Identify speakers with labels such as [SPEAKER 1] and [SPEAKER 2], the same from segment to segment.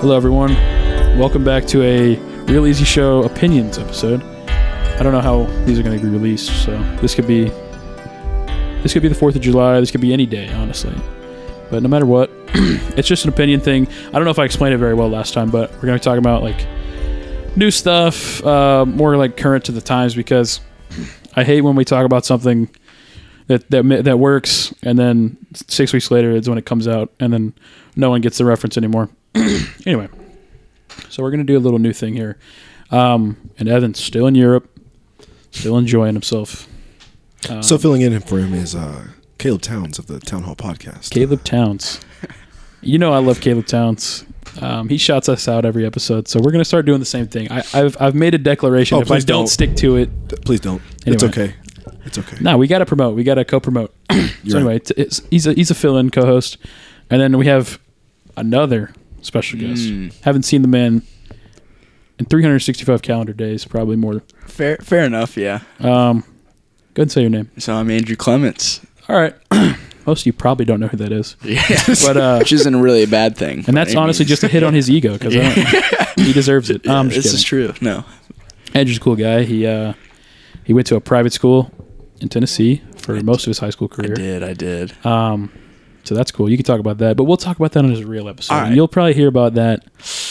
[SPEAKER 1] Hello, everyone. Welcome back to a Real Easy Show opinions episode. I don't know how these are going to be released, so this could be this could be the Fourth of July. This could be any day, honestly. But no matter what, it's just an opinion thing. I don't know if I explained it very well last time, but we're going to talk about like new stuff, uh, more like current to the times because I hate when we talk about something that that ma- that works, and then six weeks later is when it comes out, and then no one gets the reference anymore. anyway, so we're gonna do a little new thing here, um, and Evan's still in Europe, still enjoying himself. Um,
[SPEAKER 2] So filling in for him is uh, Caleb Towns of the Town Hall podcast.
[SPEAKER 1] Caleb Towns, you know I love Caleb Towns. Um, he shouts us out every episode, so we're gonna start doing the same thing. I, I've I've made a declaration.
[SPEAKER 2] Oh,
[SPEAKER 1] if I
[SPEAKER 2] please
[SPEAKER 1] don't,
[SPEAKER 2] don't.
[SPEAKER 1] stick to it,
[SPEAKER 2] D- Please don't. It's
[SPEAKER 1] Anyway.
[SPEAKER 2] okay. It's okay.
[SPEAKER 1] no, we gotta promote. We gotta co-promote. So
[SPEAKER 2] You're
[SPEAKER 1] anyway, t- it's, he's a he's a fill-in co-host, and then we have another special guest.
[SPEAKER 2] Hmm.
[SPEAKER 1] Haven't seen the man in 365 calendar days, probably more.
[SPEAKER 3] Fair, fair enough. Yeah.
[SPEAKER 1] Um, go ahead and say your name.
[SPEAKER 3] So I'm Andrew Clements.
[SPEAKER 1] All right. Most of you probably don't know who that is,
[SPEAKER 3] Yeah.
[SPEAKER 1] but uh,
[SPEAKER 3] which isn't really a bad thing.
[SPEAKER 1] and that's honestly just a hit on his ego because he deserves it. I'm just
[SPEAKER 3] this is
[SPEAKER 1] kidding.
[SPEAKER 3] true. No.
[SPEAKER 1] Andrew's a cool guy. He uh, he went to a private school in Tennessee for most of his high school
[SPEAKER 3] I
[SPEAKER 1] career.
[SPEAKER 3] did. I did.
[SPEAKER 1] Um, so that's cool. You can talk about that, but we'll talk about that on his real episode.
[SPEAKER 3] All right.
[SPEAKER 1] And you'll probably hear about that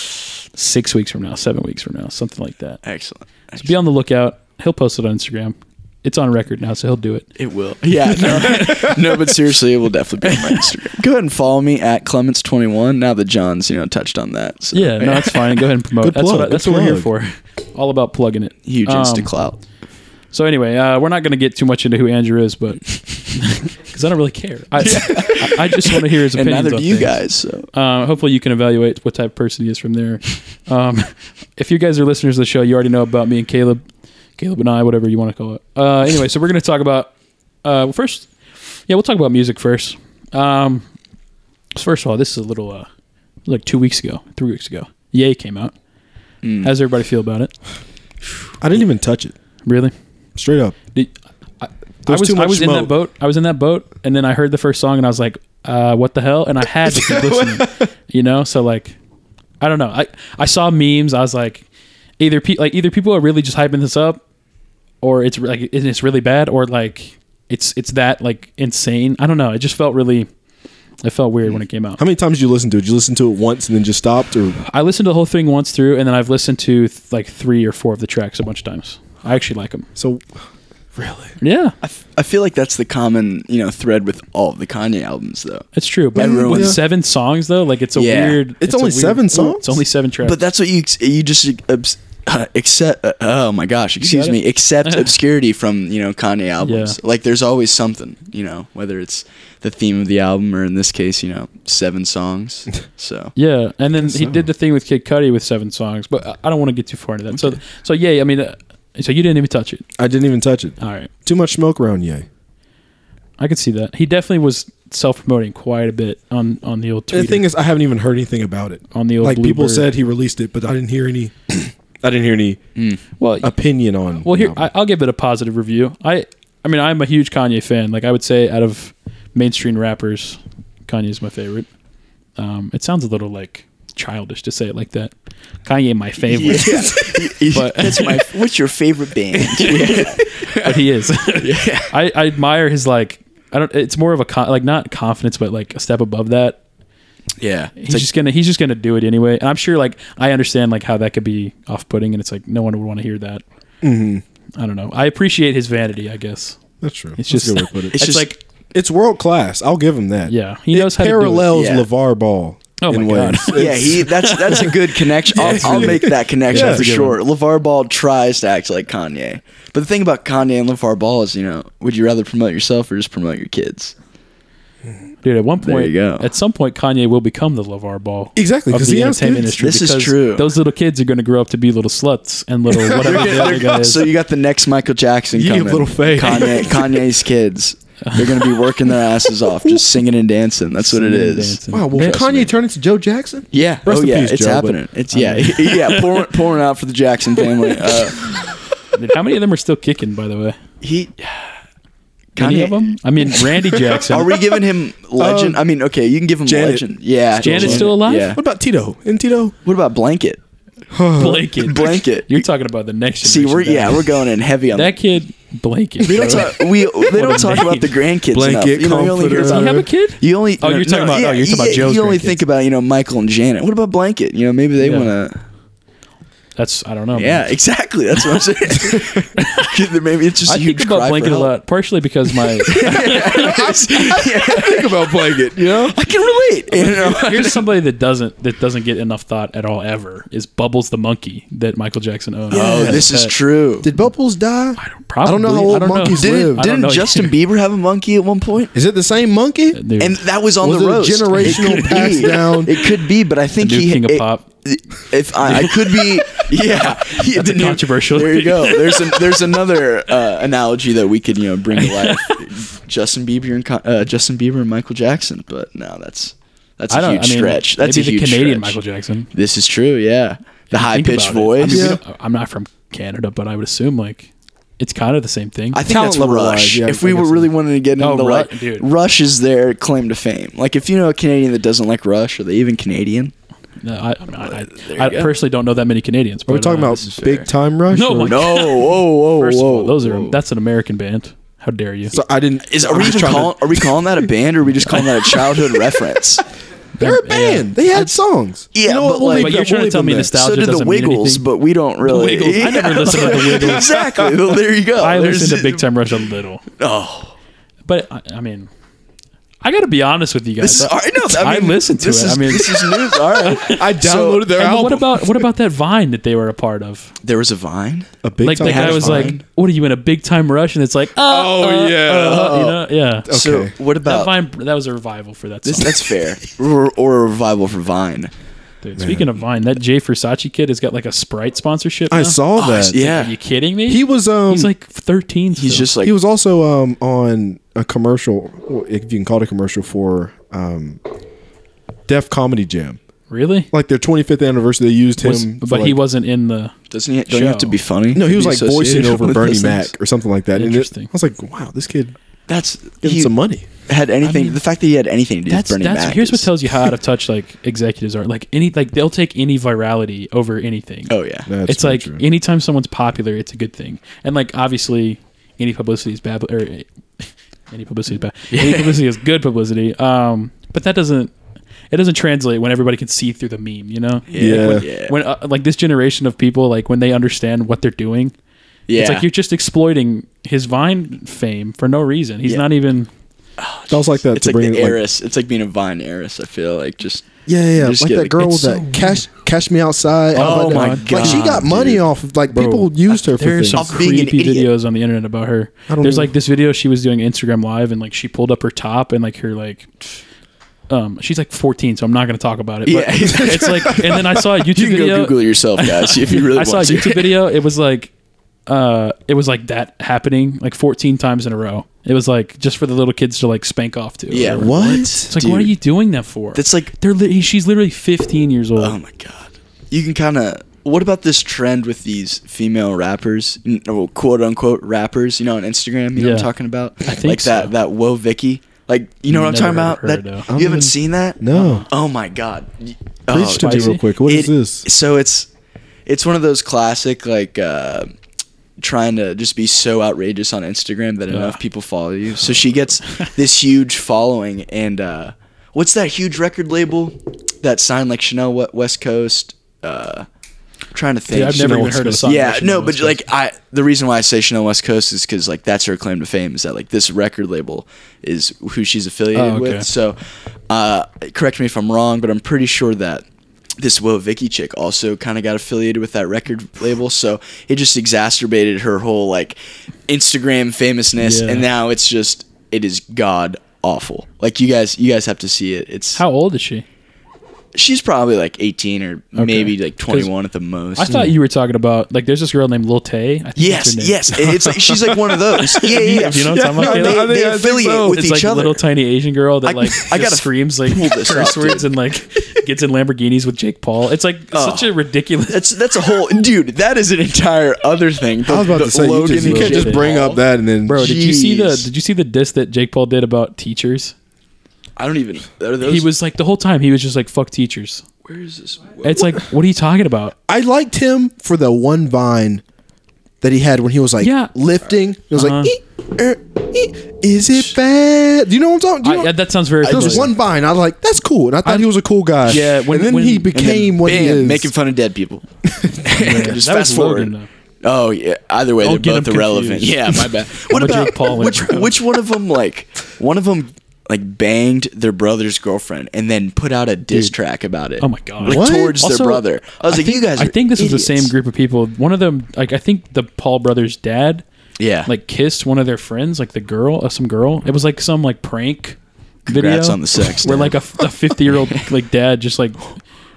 [SPEAKER 1] six weeks from now, seven weeks from now, something like that.
[SPEAKER 3] Excellent.
[SPEAKER 1] So be on the lookout. He'll post it on Instagram. It's on record now, so he'll do it.
[SPEAKER 3] It will. Yeah. No, no, but seriously, it will definitely be on my Instagram. Go ahead and follow me at Clements21. Now that John's, you know, touched on that. So,
[SPEAKER 1] Yeah, no, that's fine. Go ahead and promote.
[SPEAKER 2] Good
[SPEAKER 1] That's
[SPEAKER 2] plug,
[SPEAKER 1] what, I- that's
[SPEAKER 2] good
[SPEAKER 1] what we're here for. All about plugging it.
[SPEAKER 3] Huge
[SPEAKER 1] Um,
[SPEAKER 3] Insta clout.
[SPEAKER 1] So anyway, uh, we're not going to get too much into who Andrew is, but because I don't really care. I, I, I just want to hear his
[SPEAKER 3] And
[SPEAKER 1] opinions.
[SPEAKER 3] neither
[SPEAKER 1] on
[SPEAKER 3] do you
[SPEAKER 1] things.
[SPEAKER 3] guys. So
[SPEAKER 1] Uh, hopefully, you can evaluate what type of person he is from there. Um, if you guys are listeners of the show, you already know about me and Caleb, Caleb and I, whatever you want to call it. Uh, anyway, so we're going to talk about uh, well, first. Yeah, we'll talk about music first. Um, so first of all, this is a little uh, like two weeks ago, three weeks ago. Yay came out.
[SPEAKER 3] Mm.
[SPEAKER 1] How's everybody feel about it?
[SPEAKER 2] I didn't even touch it.
[SPEAKER 1] Really?
[SPEAKER 2] Straight up.
[SPEAKER 1] Did- I, I
[SPEAKER 2] There's
[SPEAKER 1] was,
[SPEAKER 2] too
[SPEAKER 1] I
[SPEAKER 2] much
[SPEAKER 1] was in that
[SPEAKER 2] smoke.
[SPEAKER 1] boat. I was in that boat, and then I heard the first song, and I was like, uh, "What the hell?" And I had to keep listening, you know. So like, I don't know. I I saw memes. I was like, either pe- like either people are really just hyping this up, or it's re- like it's really bad, or like it's it's that like insane. I don't know. It just felt really. It felt weird when it came out.
[SPEAKER 2] How many times did you listen to it? Did you listen to it once and then just stopped, or
[SPEAKER 1] I listened to the whole thing once through, and then I've listened to th- like three or four of the tracks a bunch of times. I actually like them.
[SPEAKER 2] so? Really?
[SPEAKER 1] Yeah,
[SPEAKER 3] I, f- I feel like that's the common, you know, thread with all of the Kanye albums, though.
[SPEAKER 1] It's true, but
[SPEAKER 3] Everyone-
[SPEAKER 1] with
[SPEAKER 2] Yeah.
[SPEAKER 1] seven songs though, like it's a
[SPEAKER 3] Yeah.
[SPEAKER 1] weird.
[SPEAKER 2] It's
[SPEAKER 1] a
[SPEAKER 2] only
[SPEAKER 1] weird-
[SPEAKER 2] seven songs?
[SPEAKER 1] It's only seven tracks.
[SPEAKER 3] But that's what you ex- you just obs- uh, accept. Uh, oh my gosh, excuse
[SPEAKER 1] got
[SPEAKER 3] me.
[SPEAKER 1] it.
[SPEAKER 3] Accept obscurity from you know Kanye albums. Like there's always something you know, whether it's the theme of the album or in this case, you know, seven songs. So
[SPEAKER 1] yeah, and then
[SPEAKER 2] guess
[SPEAKER 1] he
[SPEAKER 2] so.
[SPEAKER 1] did the thing with Kid Cudi with seven songs, but I- I don't want to get too far into that. So, so yeah, I mean, uh, so you didn't even touch it.
[SPEAKER 2] I didn't even touch it.
[SPEAKER 1] All right,
[SPEAKER 2] Too much smoke around. eh? Yay.
[SPEAKER 1] I could see that. He definitely was self promoting quite a bit on on the old. Tweeter,
[SPEAKER 2] The thing is, I haven't even heard anything about it.
[SPEAKER 1] on the old
[SPEAKER 2] like people
[SPEAKER 1] Bluebird.
[SPEAKER 2] said, he released it, but I didn't hear any. I didn't hear any
[SPEAKER 1] Well,
[SPEAKER 2] uh, opinion on.
[SPEAKER 1] well, here
[SPEAKER 2] the
[SPEAKER 1] I,
[SPEAKER 2] album.
[SPEAKER 1] I'll give it a positive review. I, I mean, I'm a huge Kanye fan. Like I would say, out of mainstream rappers, Kanye's my favorite. Um, it sounds a little like childish to say it like that. Kanye, my favorite.
[SPEAKER 3] Yeah.
[SPEAKER 1] But-
[SPEAKER 3] that's my. What's your favorite band? Yeah.
[SPEAKER 1] but he is. I, I admire his like. I don't. It's more of a con, like not confidence, but like a step above that.
[SPEAKER 3] yeah.
[SPEAKER 1] He's just gonna he's just gonna do it anyway. And I'm sure like I understand like how that could be off putting, and it's like no one would want to hear that. Mm-hmm. I don't know. I appreciate his vanity. I guess
[SPEAKER 2] that's true.
[SPEAKER 1] it's
[SPEAKER 2] That's
[SPEAKER 1] just
[SPEAKER 2] a good way to put it.
[SPEAKER 1] it's,
[SPEAKER 3] It's just-
[SPEAKER 1] like
[SPEAKER 2] It's world class. I'll give him that.
[SPEAKER 1] yeah he knows
[SPEAKER 2] it
[SPEAKER 1] how
[SPEAKER 2] parallels
[SPEAKER 3] it. Yeah.
[SPEAKER 2] LeVar Ball.
[SPEAKER 1] Oh my
[SPEAKER 2] in
[SPEAKER 1] God.
[SPEAKER 2] ways.
[SPEAKER 3] yeah, he. That's that's a good connection. I'll, I'll make that connection
[SPEAKER 2] Yeah.
[SPEAKER 3] for
[SPEAKER 2] That's
[SPEAKER 1] a good
[SPEAKER 3] sure. LeVar Ball tries to act like Kanye, but the thing about Kanye and LeVar Ball is, you know, would you rather promote yourself or just promote your kids?
[SPEAKER 1] to do it. Dude, at one point,
[SPEAKER 3] There you go.
[SPEAKER 1] at some point, Kanye will become the LeVar Ball.
[SPEAKER 2] Exactly,
[SPEAKER 1] of
[SPEAKER 2] 'cause
[SPEAKER 1] the
[SPEAKER 2] he has
[SPEAKER 1] entertainment
[SPEAKER 2] kids.
[SPEAKER 1] industry.
[SPEAKER 3] This is
[SPEAKER 1] because
[SPEAKER 3] true.
[SPEAKER 1] Those little kids are going to grow up to be little sluts and little whatever the other guy is.
[SPEAKER 3] So you got the next Michael Jackson
[SPEAKER 2] You
[SPEAKER 3] coming.
[SPEAKER 2] little fake.
[SPEAKER 3] Kanye, Kanye's kids. They're gonna be working their asses off, just singing and dancing. That's what it
[SPEAKER 1] Singing and
[SPEAKER 3] is.
[SPEAKER 1] dancing.
[SPEAKER 2] Wow, will
[SPEAKER 1] Man-
[SPEAKER 2] Kanye turn into Joe Jackson?
[SPEAKER 3] Yeah.
[SPEAKER 2] Rest
[SPEAKER 3] oh
[SPEAKER 2] in
[SPEAKER 3] yeah,
[SPEAKER 2] peace,
[SPEAKER 3] it's
[SPEAKER 2] Joe, but-
[SPEAKER 3] happening. It's yeah, yeah. Pouring, pouring out for the Jackson family. Uh,
[SPEAKER 1] How many of them are still kicking? By the way,
[SPEAKER 3] he,
[SPEAKER 1] Any
[SPEAKER 3] Kanye-
[SPEAKER 1] of them? I mean, Randy Jackson.
[SPEAKER 3] Are we giving him legend? I mean, okay, you can give him
[SPEAKER 2] Janet.
[SPEAKER 3] legend. Yeah,
[SPEAKER 1] Janet still alive?
[SPEAKER 3] Yeah.
[SPEAKER 2] What about Tito? And Tito?
[SPEAKER 3] What about blanket?
[SPEAKER 1] blanket?
[SPEAKER 3] Blanket.
[SPEAKER 1] You're talking about the next.
[SPEAKER 3] See, we're
[SPEAKER 1] generation
[SPEAKER 3] yeah,
[SPEAKER 1] down.
[SPEAKER 3] we're going in heavy on
[SPEAKER 1] that kid blanket.
[SPEAKER 3] We don't
[SPEAKER 1] bro.
[SPEAKER 3] talk. We they
[SPEAKER 1] What
[SPEAKER 3] don't
[SPEAKER 1] a
[SPEAKER 3] talk
[SPEAKER 1] name.
[SPEAKER 3] about the grandkids enough.
[SPEAKER 2] Blanket,
[SPEAKER 3] You know, you only
[SPEAKER 2] comforter.
[SPEAKER 3] hear
[SPEAKER 1] Does
[SPEAKER 3] about
[SPEAKER 1] he have a kid?
[SPEAKER 3] You only.
[SPEAKER 1] Oh, you're talking about- oh, you're talking about Joe's
[SPEAKER 3] You only
[SPEAKER 1] grandkids.
[SPEAKER 3] think about you know Michael and Janet. What about blanket? You know, maybe they
[SPEAKER 1] Yeah.
[SPEAKER 3] want to.
[SPEAKER 1] That's I don't know. man.
[SPEAKER 3] Yeah, exactly. That's what I'm saying. There maybe it's just a
[SPEAKER 1] I
[SPEAKER 3] huge
[SPEAKER 1] think about
[SPEAKER 3] cry
[SPEAKER 1] blanket
[SPEAKER 3] for
[SPEAKER 1] a
[SPEAKER 3] help.
[SPEAKER 1] lot, partially because my
[SPEAKER 3] Yeah,
[SPEAKER 2] Think about blanket, you know?
[SPEAKER 3] I can relate. You know?
[SPEAKER 1] here's somebody that doesn't that doesn't get enough thought at all ever is Bubbles the monkey that Michael Jackson owned.
[SPEAKER 3] Oh,
[SPEAKER 1] As a
[SPEAKER 3] this is
[SPEAKER 1] pet.
[SPEAKER 3] true.
[SPEAKER 2] Did Bubbles die?
[SPEAKER 1] Probably.
[SPEAKER 2] I don't know how old
[SPEAKER 1] know.
[SPEAKER 2] monkeys live.
[SPEAKER 1] I don't
[SPEAKER 3] Didn't, didn't
[SPEAKER 1] know.
[SPEAKER 3] Justin Bieber have a monkey at one point?
[SPEAKER 2] Is it the same monkey?
[SPEAKER 1] Dude,
[SPEAKER 3] And that was on
[SPEAKER 2] Was
[SPEAKER 3] the
[SPEAKER 2] it a
[SPEAKER 3] roast.
[SPEAKER 2] generational
[SPEAKER 3] could
[SPEAKER 2] pass
[SPEAKER 3] be.
[SPEAKER 2] down?
[SPEAKER 3] It could be, but I think
[SPEAKER 1] new
[SPEAKER 3] he
[SPEAKER 1] king of
[SPEAKER 3] it-
[SPEAKER 1] pop.
[SPEAKER 3] If I, I could be, yeah, he-
[SPEAKER 1] That's a
[SPEAKER 3] the new-
[SPEAKER 1] controversial
[SPEAKER 3] There you
[SPEAKER 1] thing.
[SPEAKER 3] go. There's an there's another uh, analogy that we could you know bring to life. Justin Bieber and Con- uh, Justin Bieber and Michael Jackson, but no, that's that's a
[SPEAKER 1] I don't.
[SPEAKER 3] huge
[SPEAKER 1] I mean,
[SPEAKER 3] stretch. That's
[SPEAKER 1] maybe
[SPEAKER 3] a huge
[SPEAKER 1] the Canadian
[SPEAKER 3] stretch.
[SPEAKER 1] Michael Jackson.
[SPEAKER 3] This is true. Yeah, the high
[SPEAKER 1] Think
[SPEAKER 3] pitched
[SPEAKER 1] about it.
[SPEAKER 3] voice.
[SPEAKER 1] I mean,
[SPEAKER 2] Yeah.
[SPEAKER 1] we don't- I'm not from Canada, but I would assume like it's kind of the same thing.
[SPEAKER 3] I think
[SPEAKER 2] Talent
[SPEAKER 3] that's
[SPEAKER 2] level
[SPEAKER 3] Rush.
[SPEAKER 2] wise, yeah,
[SPEAKER 3] if
[SPEAKER 2] I
[SPEAKER 3] we
[SPEAKER 2] guess
[SPEAKER 3] were
[SPEAKER 2] so.
[SPEAKER 3] really wanting to get into
[SPEAKER 1] Oh, Ru-
[SPEAKER 3] like
[SPEAKER 1] dude.
[SPEAKER 3] Rush is their claim to fame. Like if you know a Canadian that doesn't like Rush, are they even Canadian?
[SPEAKER 1] No, I, I, mean, I,
[SPEAKER 3] There you
[SPEAKER 1] I
[SPEAKER 3] go.
[SPEAKER 1] personally don't know that many Canadians.
[SPEAKER 2] Are we
[SPEAKER 1] but,
[SPEAKER 2] talking
[SPEAKER 1] uh,
[SPEAKER 2] about
[SPEAKER 1] this is
[SPEAKER 2] Big
[SPEAKER 1] fair.
[SPEAKER 2] Time Rush?
[SPEAKER 1] No,
[SPEAKER 2] or-
[SPEAKER 1] my-
[SPEAKER 3] No, whoa, whoa,
[SPEAKER 1] First
[SPEAKER 3] whoa.
[SPEAKER 1] of all, those are
[SPEAKER 3] whoa.
[SPEAKER 1] that's an American band. How dare you?
[SPEAKER 2] So I didn't.
[SPEAKER 3] Is are
[SPEAKER 2] I'm
[SPEAKER 3] we
[SPEAKER 2] just
[SPEAKER 3] even
[SPEAKER 2] trying to-
[SPEAKER 3] calling? Are we calling that a band or are we just calling that a childhood reference?
[SPEAKER 2] They're a band. They had songs. what?
[SPEAKER 3] Yeah, but
[SPEAKER 2] We'll
[SPEAKER 3] like-
[SPEAKER 2] leave
[SPEAKER 1] but
[SPEAKER 2] that-
[SPEAKER 1] you're trying
[SPEAKER 2] we'll
[SPEAKER 1] to
[SPEAKER 2] leave
[SPEAKER 1] tell
[SPEAKER 2] them
[SPEAKER 1] me
[SPEAKER 2] there.
[SPEAKER 1] nostalgia
[SPEAKER 3] so did the
[SPEAKER 1] doesn't mean
[SPEAKER 3] Wiggles,
[SPEAKER 1] anything.
[SPEAKER 3] but we don't really.
[SPEAKER 1] Wiggles. I never listened to the Wiggles.
[SPEAKER 3] exactly. Well, there you go.
[SPEAKER 1] I
[SPEAKER 3] There's-
[SPEAKER 1] listen to Big Time Rush a little,
[SPEAKER 3] Oh,
[SPEAKER 1] but I, I mean, I got to be honest with you guys.
[SPEAKER 3] this is. all right, no,
[SPEAKER 1] I
[SPEAKER 3] I, mean,
[SPEAKER 1] listened to
[SPEAKER 3] this
[SPEAKER 1] it.
[SPEAKER 3] is-
[SPEAKER 1] I mean-
[SPEAKER 3] this is news. All right.
[SPEAKER 2] I downloaded their
[SPEAKER 1] and
[SPEAKER 2] album.
[SPEAKER 1] what about what about that Vine that they were a part of?
[SPEAKER 3] There was a Vine.
[SPEAKER 2] a big
[SPEAKER 1] like the
[SPEAKER 3] had
[SPEAKER 1] guy
[SPEAKER 3] a
[SPEAKER 1] was
[SPEAKER 3] Vine.
[SPEAKER 1] like, "What are you in a big time rush?" And it's like, "Oh,
[SPEAKER 2] Oh, yeah.
[SPEAKER 1] you know, yeah."
[SPEAKER 3] So
[SPEAKER 2] Okay.
[SPEAKER 3] what
[SPEAKER 1] That
[SPEAKER 3] about
[SPEAKER 1] Vine that was a revival for that
[SPEAKER 3] this?
[SPEAKER 1] song.
[SPEAKER 3] That's fair. Or, or a revival for Vine.
[SPEAKER 1] Dude, speaking of Vine, that Jay Versace kid has got like a Sprite sponsorship.
[SPEAKER 2] I
[SPEAKER 1] now.
[SPEAKER 2] saw that.
[SPEAKER 1] Are you
[SPEAKER 3] Yeah,
[SPEAKER 1] kidding me?
[SPEAKER 2] He was um.
[SPEAKER 1] uh, he's like 13. still.
[SPEAKER 3] he's just like
[SPEAKER 2] he was also um on a commercial, well, if you can call it a commercial for um, Def Comedy Jam.
[SPEAKER 1] really,
[SPEAKER 2] Like their 25th anniversary, they used him.
[SPEAKER 1] Was-
[SPEAKER 2] for,
[SPEAKER 1] but
[SPEAKER 2] like-
[SPEAKER 1] he wasn't in the.
[SPEAKER 3] doesn't he? Don't you have to
[SPEAKER 1] show.
[SPEAKER 3] be funny?
[SPEAKER 2] No, he
[SPEAKER 3] to
[SPEAKER 2] was
[SPEAKER 3] be
[SPEAKER 2] like voicing
[SPEAKER 3] associated
[SPEAKER 2] over
[SPEAKER 3] with
[SPEAKER 2] Bernie
[SPEAKER 3] those things?
[SPEAKER 2] Mac or something like that. And it-
[SPEAKER 1] Interesting.
[SPEAKER 2] I was like, wow, this kid
[SPEAKER 3] That's
[SPEAKER 2] getting
[SPEAKER 3] he
[SPEAKER 2] some money.
[SPEAKER 3] had anything.
[SPEAKER 1] mean,
[SPEAKER 3] the fact that he had anything to do
[SPEAKER 1] That's
[SPEAKER 3] with Bernie
[SPEAKER 1] that's
[SPEAKER 3] Mac.
[SPEAKER 1] here's what
[SPEAKER 3] is-
[SPEAKER 1] tells you how out of touch like executives are. Like any like they'll take any virality over anything.
[SPEAKER 3] Oh yeah.
[SPEAKER 2] That's
[SPEAKER 1] it's like
[SPEAKER 2] true.
[SPEAKER 1] anytime someone's popular, it's a good thing. And like obviously, any publicity is bad, or eh, any publicity is bad. Any publicity is good publicity. Um, but that doesn't it doesn't translate when everybody can see through the meme. You know,
[SPEAKER 2] Yeah.
[SPEAKER 3] Yeah.
[SPEAKER 1] when uh, like this generation of people, like when they understand what they're doing,
[SPEAKER 3] yeah.
[SPEAKER 1] it's like you're just exploiting his Vine fame for no reason. He's
[SPEAKER 3] Yeah.
[SPEAKER 1] not even.
[SPEAKER 2] that was like that
[SPEAKER 3] it's
[SPEAKER 2] to
[SPEAKER 3] like
[SPEAKER 2] bring
[SPEAKER 3] the
[SPEAKER 2] it, like,
[SPEAKER 3] heiress. it's like being a Vine heiress. I feel like just
[SPEAKER 2] Yeah, yeah, yeah.
[SPEAKER 3] Just
[SPEAKER 2] like
[SPEAKER 3] get
[SPEAKER 2] that
[SPEAKER 3] it.
[SPEAKER 2] girl
[SPEAKER 1] It's
[SPEAKER 2] with that
[SPEAKER 1] so
[SPEAKER 2] cash, cash me outside.
[SPEAKER 3] Oh
[SPEAKER 2] Like,
[SPEAKER 3] my
[SPEAKER 2] Like she
[SPEAKER 3] God,
[SPEAKER 2] got money
[SPEAKER 3] dude.
[SPEAKER 2] off. of- Like
[SPEAKER 1] Bro,
[SPEAKER 2] people used her for
[SPEAKER 1] There are
[SPEAKER 2] things.
[SPEAKER 1] some
[SPEAKER 3] Of being an
[SPEAKER 1] creepy
[SPEAKER 3] idiot.
[SPEAKER 1] videos on the internet about her.
[SPEAKER 2] I don't
[SPEAKER 1] There's
[SPEAKER 2] know.
[SPEAKER 1] like this video she was doing Instagram live and like she pulled up her top and like her like um she's like 14 so I'm not going to talk about it.
[SPEAKER 3] Yeah.
[SPEAKER 1] But it's like and then I saw a YouTube
[SPEAKER 3] you can
[SPEAKER 1] video
[SPEAKER 3] go Google it yourself, guys, if you really
[SPEAKER 1] I
[SPEAKER 3] want
[SPEAKER 1] saw a
[SPEAKER 3] to.
[SPEAKER 1] YouTube video it was like uh it was like that happening like 14 times in a row. It was like just for the little kids to like spank off to. or
[SPEAKER 3] yeah.
[SPEAKER 1] whatever.
[SPEAKER 2] What?
[SPEAKER 1] It's like what are
[SPEAKER 3] Dude,
[SPEAKER 1] you doing that for?
[SPEAKER 3] That's like
[SPEAKER 1] They're li- she's literally 15 years old.
[SPEAKER 3] oh my god. You can kind of. What about this trend with these female rappers, n- or quote unquote rappers? You know, on Instagram. You know what
[SPEAKER 1] Yeah.
[SPEAKER 3] I'm talking about? I
[SPEAKER 1] think
[SPEAKER 3] like
[SPEAKER 1] so.
[SPEAKER 3] that that whoa Vicky. Like you know what I'm
[SPEAKER 1] Never
[SPEAKER 3] talking
[SPEAKER 1] heard
[SPEAKER 3] about?
[SPEAKER 1] of her,
[SPEAKER 3] That
[SPEAKER 1] though.
[SPEAKER 3] you
[SPEAKER 2] I'm
[SPEAKER 3] haven't
[SPEAKER 2] in-
[SPEAKER 3] seen that?
[SPEAKER 2] No,
[SPEAKER 3] Oh my god. Y-
[SPEAKER 2] preach
[SPEAKER 3] oh,
[SPEAKER 2] to me
[SPEAKER 1] spicy.
[SPEAKER 2] real quick. What is
[SPEAKER 3] It-
[SPEAKER 2] this?
[SPEAKER 3] So it's it's one of those classic like uh, trying to just be so outrageous on Instagram that
[SPEAKER 1] Yeah.
[SPEAKER 3] enough people follow you. So she gets this huge following, and uh, what's that huge record label that signed like Chanel Wa- West Coast? Uh, trying to think.
[SPEAKER 1] Dude, I've never
[SPEAKER 2] Chanel
[SPEAKER 1] even
[SPEAKER 2] was
[SPEAKER 1] heard a
[SPEAKER 2] good.
[SPEAKER 1] song. by
[SPEAKER 3] yeah,
[SPEAKER 1] Chanel
[SPEAKER 3] no, but
[SPEAKER 1] West
[SPEAKER 3] like I, the reason why I say Chanel West Coast is because like that's her claim to fame is that like this record label is who she's affiliated
[SPEAKER 1] Oh, okay.
[SPEAKER 3] with. So, uh, correct me if I'm wrong, but I'm pretty sure that this Will Vicky chick also kind of got affiliated with that record label. So it just exacerbated her whole like Instagram famousness,
[SPEAKER 1] Yeah.
[SPEAKER 3] and now it's just it is god awful. Like you guys, you guys have to see it. It's
[SPEAKER 1] How old is she?
[SPEAKER 3] she's probably like 18 or maybe like 21 at the most. Mm.
[SPEAKER 1] I thought you were talking about like there's this girl named Lil Tay. I think that's
[SPEAKER 3] Yes,
[SPEAKER 1] her name.
[SPEAKER 3] yes. It- It's like she's like one of those. Yeah, yeah. yeah.
[SPEAKER 1] Do you know what I'm talking
[SPEAKER 2] Yeah,
[SPEAKER 1] about?
[SPEAKER 2] no,
[SPEAKER 1] Taylor?
[SPEAKER 2] I
[SPEAKER 3] they,
[SPEAKER 2] think-
[SPEAKER 3] they
[SPEAKER 2] I think
[SPEAKER 3] affiliate
[SPEAKER 2] so.
[SPEAKER 3] with
[SPEAKER 1] it's
[SPEAKER 3] each
[SPEAKER 1] like a
[SPEAKER 3] other.
[SPEAKER 1] little tiny Asian girl that
[SPEAKER 3] I-
[SPEAKER 1] like
[SPEAKER 3] I
[SPEAKER 1] just
[SPEAKER 3] gotta
[SPEAKER 1] screams like
[SPEAKER 3] pull this
[SPEAKER 1] curse
[SPEAKER 3] up,
[SPEAKER 1] words
[SPEAKER 3] dude. Oh.
[SPEAKER 1] and like gets in Lamborghinis with Jake Paul. It's like such a ridiculous.
[SPEAKER 3] That's that's a whole dude. That is an entire other thing. The,
[SPEAKER 2] I was about
[SPEAKER 3] the
[SPEAKER 2] to say you, just, you
[SPEAKER 1] Logan
[SPEAKER 2] can't just
[SPEAKER 1] shit.
[SPEAKER 2] bring up that and then
[SPEAKER 1] Bro, did you see the
[SPEAKER 3] Jeez.
[SPEAKER 1] did you see the diss that Jake Paul did about teachers?
[SPEAKER 3] I don't even. Are those,
[SPEAKER 1] He was like the whole time he was just like fuck teachers.
[SPEAKER 3] Where is this?
[SPEAKER 1] It's like what are you talking about?
[SPEAKER 2] I liked him for the one vine that he had when he was like
[SPEAKER 1] Yeah.
[SPEAKER 2] lifting. He was
[SPEAKER 1] Uh-huh.
[SPEAKER 2] like, "Eek, er, eek, "Is it bad?" Do you know what I'm talking? Do you
[SPEAKER 1] I,
[SPEAKER 2] know-
[SPEAKER 1] yeah, that sounds very.
[SPEAKER 2] there was
[SPEAKER 1] familiar.
[SPEAKER 2] one vine. I was like, "That's cool," and I thought he was a cool guy.
[SPEAKER 1] Yeah, when-
[SPEAKER 2] and then
[SPEAKER 1] when-
[SPEAKER 2] he
[SPEAKER 1] and then
[SPEAKER 2] became what
[SPEAKER 3] bam,
[SPEAKER 2] he is.
[SPEAKER 3] making fun of dead people. just
[SPEAKER 1] That was
[SPEAKER 3] fast forward.
[SPEAKER 1] Logan, though.
[SPEAKER 3] oh yeah. Either way,
[SPEAKER 1] Don't
[SPEAKER 3] they're
[SPEAKER 1] get
[SPEAKER 3] both
[SPEAKER 1] them
[SPEAKER 3] irrelevant.
[SPEAKER 1] confused.
[SPEAKER 3] Yeah, my bad. What
[SPEAKER 1] a
[SPEAKER 3] about
[SPEAKER 1] Jake Paul and
[SPEAKER 3] which
[SPEAKER 1] Bro.
[SPEAKER 3] which one of them like one of them like banged their brother's girlfriend and then put out a diss track about it?
[SPEAKER 1] Oh my God.
[SPEAKER 3] Like
[SPEAKER 2] What?
[SPEAKER 3] towards
[SPEAKER 1] Also,
[SPEAKER 3] their brother. I was like,
[SPEAKER 1] think,
[SPEAKER 3] you guys.
[SPEAKER 1] I
[SPEAKER 3] are
[SPEAKER 1] think this was the
[SPEAKER 3] idiots.
[SPEAKER 1] same group of people. One of them, like I think the Paul brothers' dad,
[SPEAKER 3] Yeah.
[SPEAKER 1] like kissed one of their friends, like the girl, uh, some girl. It was like some like prank
[SPEAKER 3] Congrats
[SPEAKER 1] video
[SPEAKER 3] on the sex,
[SPEAKER 1] where
[SPEAKER 3] dude.
[SPEAKER 1] like a fifty-year-old like dad just like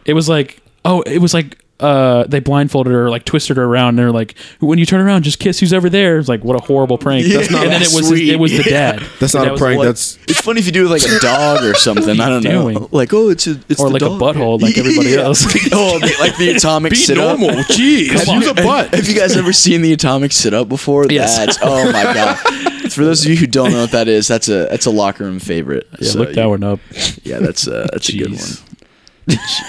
[SPEAKER 1] it was like oh it was like uh they blindfolded her like twisted her around and they're like when you turn around just kiss who's ever there. It's like what a horrible prank.
[SPEAKER 3] That's not
[SPEAKER 1] and then it was
[SPEAKER 3] sweet.
[SPEAKER 1] it was the
[SPEAKER 3] Yeah.
[SPEAKER 1] dad.
[SPEAKER 2] That's
[SPEAKER 1] The
[SPEAKER 2] not
[SPEAKER 1] dad
[SPEAKER 2] a
[SPEAKER 1] was
[SPEAKER 2] prank.
[SPEAKER 1] like-
[SPEAKER 2] That's
[SPEAKER 3] It's funny if you do it with like a dog or something. I don't
[SPEAKER 1] doing?
[SPEAKER 3] know. Like, oh, it's a, it's
[SPEAKER 1] Or
[SPEAKER 3] the
[SPEAKER 1] like a
[SPEAKER 3] dog.
[SPEAKER 1] butthole like everybody
[SPEAKER 3] Yeah.
[SPEAKER 1] else.
[SPEAKER 3] oh, the- like the atomic sit up.
[SPEAKER 2] Jeez,
[SPEAKER 1] Come on.
[SPEAKER 2] use a butt.
[SPEAKER 3] Have you guys ever seen the atomic sit up before?
[SPEAKER 1] Yes.
[SPEAKER 3] That's, oh my god! For those of you who don't know what that is, that's a that's a locker room favorite.
[SPEAKER 1] Yeah,
[SPEAKER 3] So
[SPEAKER 1] look that
[SPEAKER 3] you-
[SPEAKER 1] one up.
[SPEAKER 3] Yeah, that's a that's a good one.
[SPEAKER 1] Jeez.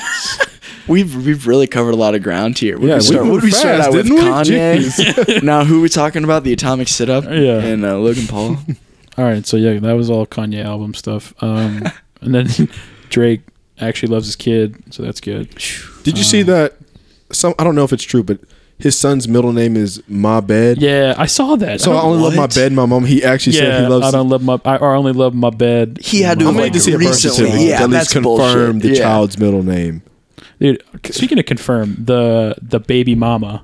[SPEAKER 3] We've we've really covered a lot of ground here. What
[SPEAKER 2] Yeah, we
[SPEAKER 3] did we start,
[SPEAKER 2] moved
[SPEAKER 3] what did we start
[SPEAKER 2] fast,
[SPEAKER 3] out with
[SPEAKER 2] didn't we?
[SPEAKER 3] Kanye. now who are we talking about? The atomic sit up.
[SPEAKER 1] Yeah.
[SPEAKER 3] and uh, Logan Paul.
[SPEAKER 1] All right, so yeah, that was all Kanye album stuff. Um, and then Drake actually loves his kid, so that's good.
[SPEAKER 2] Did you see that? Some I don't know if it's true, but his son's middle name is My Bed.
[SPEAKER 1] Yeah, I saw that.
[SPEAKER 2] So I,
[SPEAKER 1] I don't-
[SPEAKER 2] only love my
[SPEAKER 3] what?
[SPEAKER 2] bed, my mom. He actually said
[SPEAKER 1] yeah,
[SPEAKER 2] he loves.
[SPEAKER 1] I don't love my. I, or I only love my bed.
[SPEAKER 3] He had
[SPEAKER 1] My
[SPEAKER 2] I'm
[SPEAKER 3] to have,
[SPEAKER 1] mom.
[SPEAKER 2] gonna
[SPEAKER 3] like,
[SPEAKER 2] need to see a birth
[SPEAKER 3] recently,
[SPEAKER 2] certificate
[SPEAKER 3] yeah,
[SPEAKER 2] to at
[SPEAKER 3] that's
[SPEAKER 2] least confirm
[SPEAKER 3] bullshit.
[SPEAKER 2] the
[SPEAKER 3] Yeah.
[SPEAKER 2] child's middle name.
[SPEAKER 1] Dude, speaking of confirm, the the baby mama,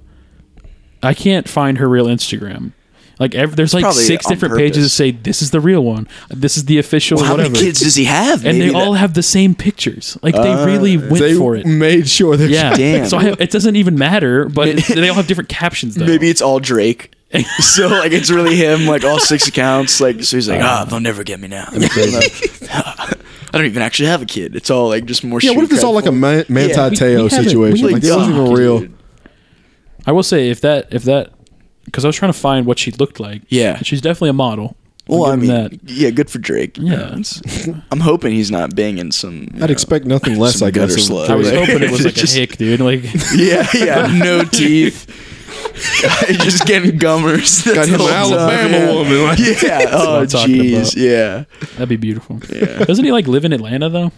[SPEAKER 1] I can't find her real Instagram. Like ev there's like
[SPEAKER 3] probably
[SPEAKER 1] six
[SPEAKER 3] on
[SPEAKER 1] different
[SPEAKER 3] purpose.
[SPEAKER 1] pages that say this is the real one, this is the official,
[SPEAKER 3] Well, how
[SPEAKER 1] whatever,
[SPEAKER 3] many kids does he have?
[SPEAKER 1] and they
[SPEAKER 3] Maybe that- Uh,
[SPEAKER 1] all have the same pictures. Like they really went
[SPEAKER 2] they
[SPEAKER 1] for it.
[SPEAKER 2] made sure that
[SPEAKER 1] Yeah,
[SPEAKER 3] Damn.
[SPEAKER 1] so I have, it doesn't even matter, but it- they all have different captions. Though.
[SPEAKER 3] Maybe it's all Drake. so like it's really him, like all six accounts. Like so he's like,
[SPEAKER 1] Uh-huh.
[SPEAKER 3] ah, they'll never get me now. I don't even actually have a kid. It's all like just more.
[SPEAKER 2] Yeah, what if it's all like a man, Manti
[SPEAKER 3] Yeah, we-
[SPEAKER 2] Teo
[SPEAKER 1] we haven't- we
[SPEAKER 2] situation?
[SPEAKER 1] haven't
[SPEAKER 2] Like, that wasn't even
[SPEAKER 1] talked,
[SPEAKER 2] real.
[SPEAKER 1] I will say if that if that because I was trying to find what she looked like.
[SPEAKER 3] Yeah.
[SPEAKER 1] she's definitely a model. I'll
[SPEAKER 3] Well, I
[SPEAKER 1] give
[SPEAKER 3] mean,
[SPEAKER 1] him
[SPEAKER 3] yeah, good for Drake.
[SPEAKER 1] Yeah.
[SPEAKER 3] it's- I'm hoping he's not banging some. you
[SPEAKER 2] I'd
[SPEAKER 3] know,
[SPEAKER 2] expect nothing less,
[SPEAKER 3] some
[SPEAKER 2] I guess.
[SPEAKER 3] gutter
[SPEAKER 2] of
[SPEAKER 3] slug.
[SPEAKER 1] I was
[SPEAKER 2] Drake.
[SPEAKER 1] hoping it was like
[SPEAKER 3] Just-
[SPEAKER 1] a hick, dude. Like
[SPEAKER 3] Yeah, yeah, no teeth. He's just getting gummers.
[SPEAKER 2] Got
[SPEAKER 3] That's
[SPEAKER 2] him
[SPEAKER 3] the
[SPEAKER 2] an
[SPEAKER 3] whole time,
[SPEAKER 2] Alabama
[SPEAKER 3] yeah.
[SPEAKER 2] woman. Like,
[SPEAKER 3] Yeah.
[SPEAKER 1] what
[SPEAKER 3] Oh,
[SPEAKER 1] I'm talking about.
[SPEAKER 3] jeez. Yeah.
[SPEAKER 1] that'd be beautiful. Doesn't he like live in Atlanta though?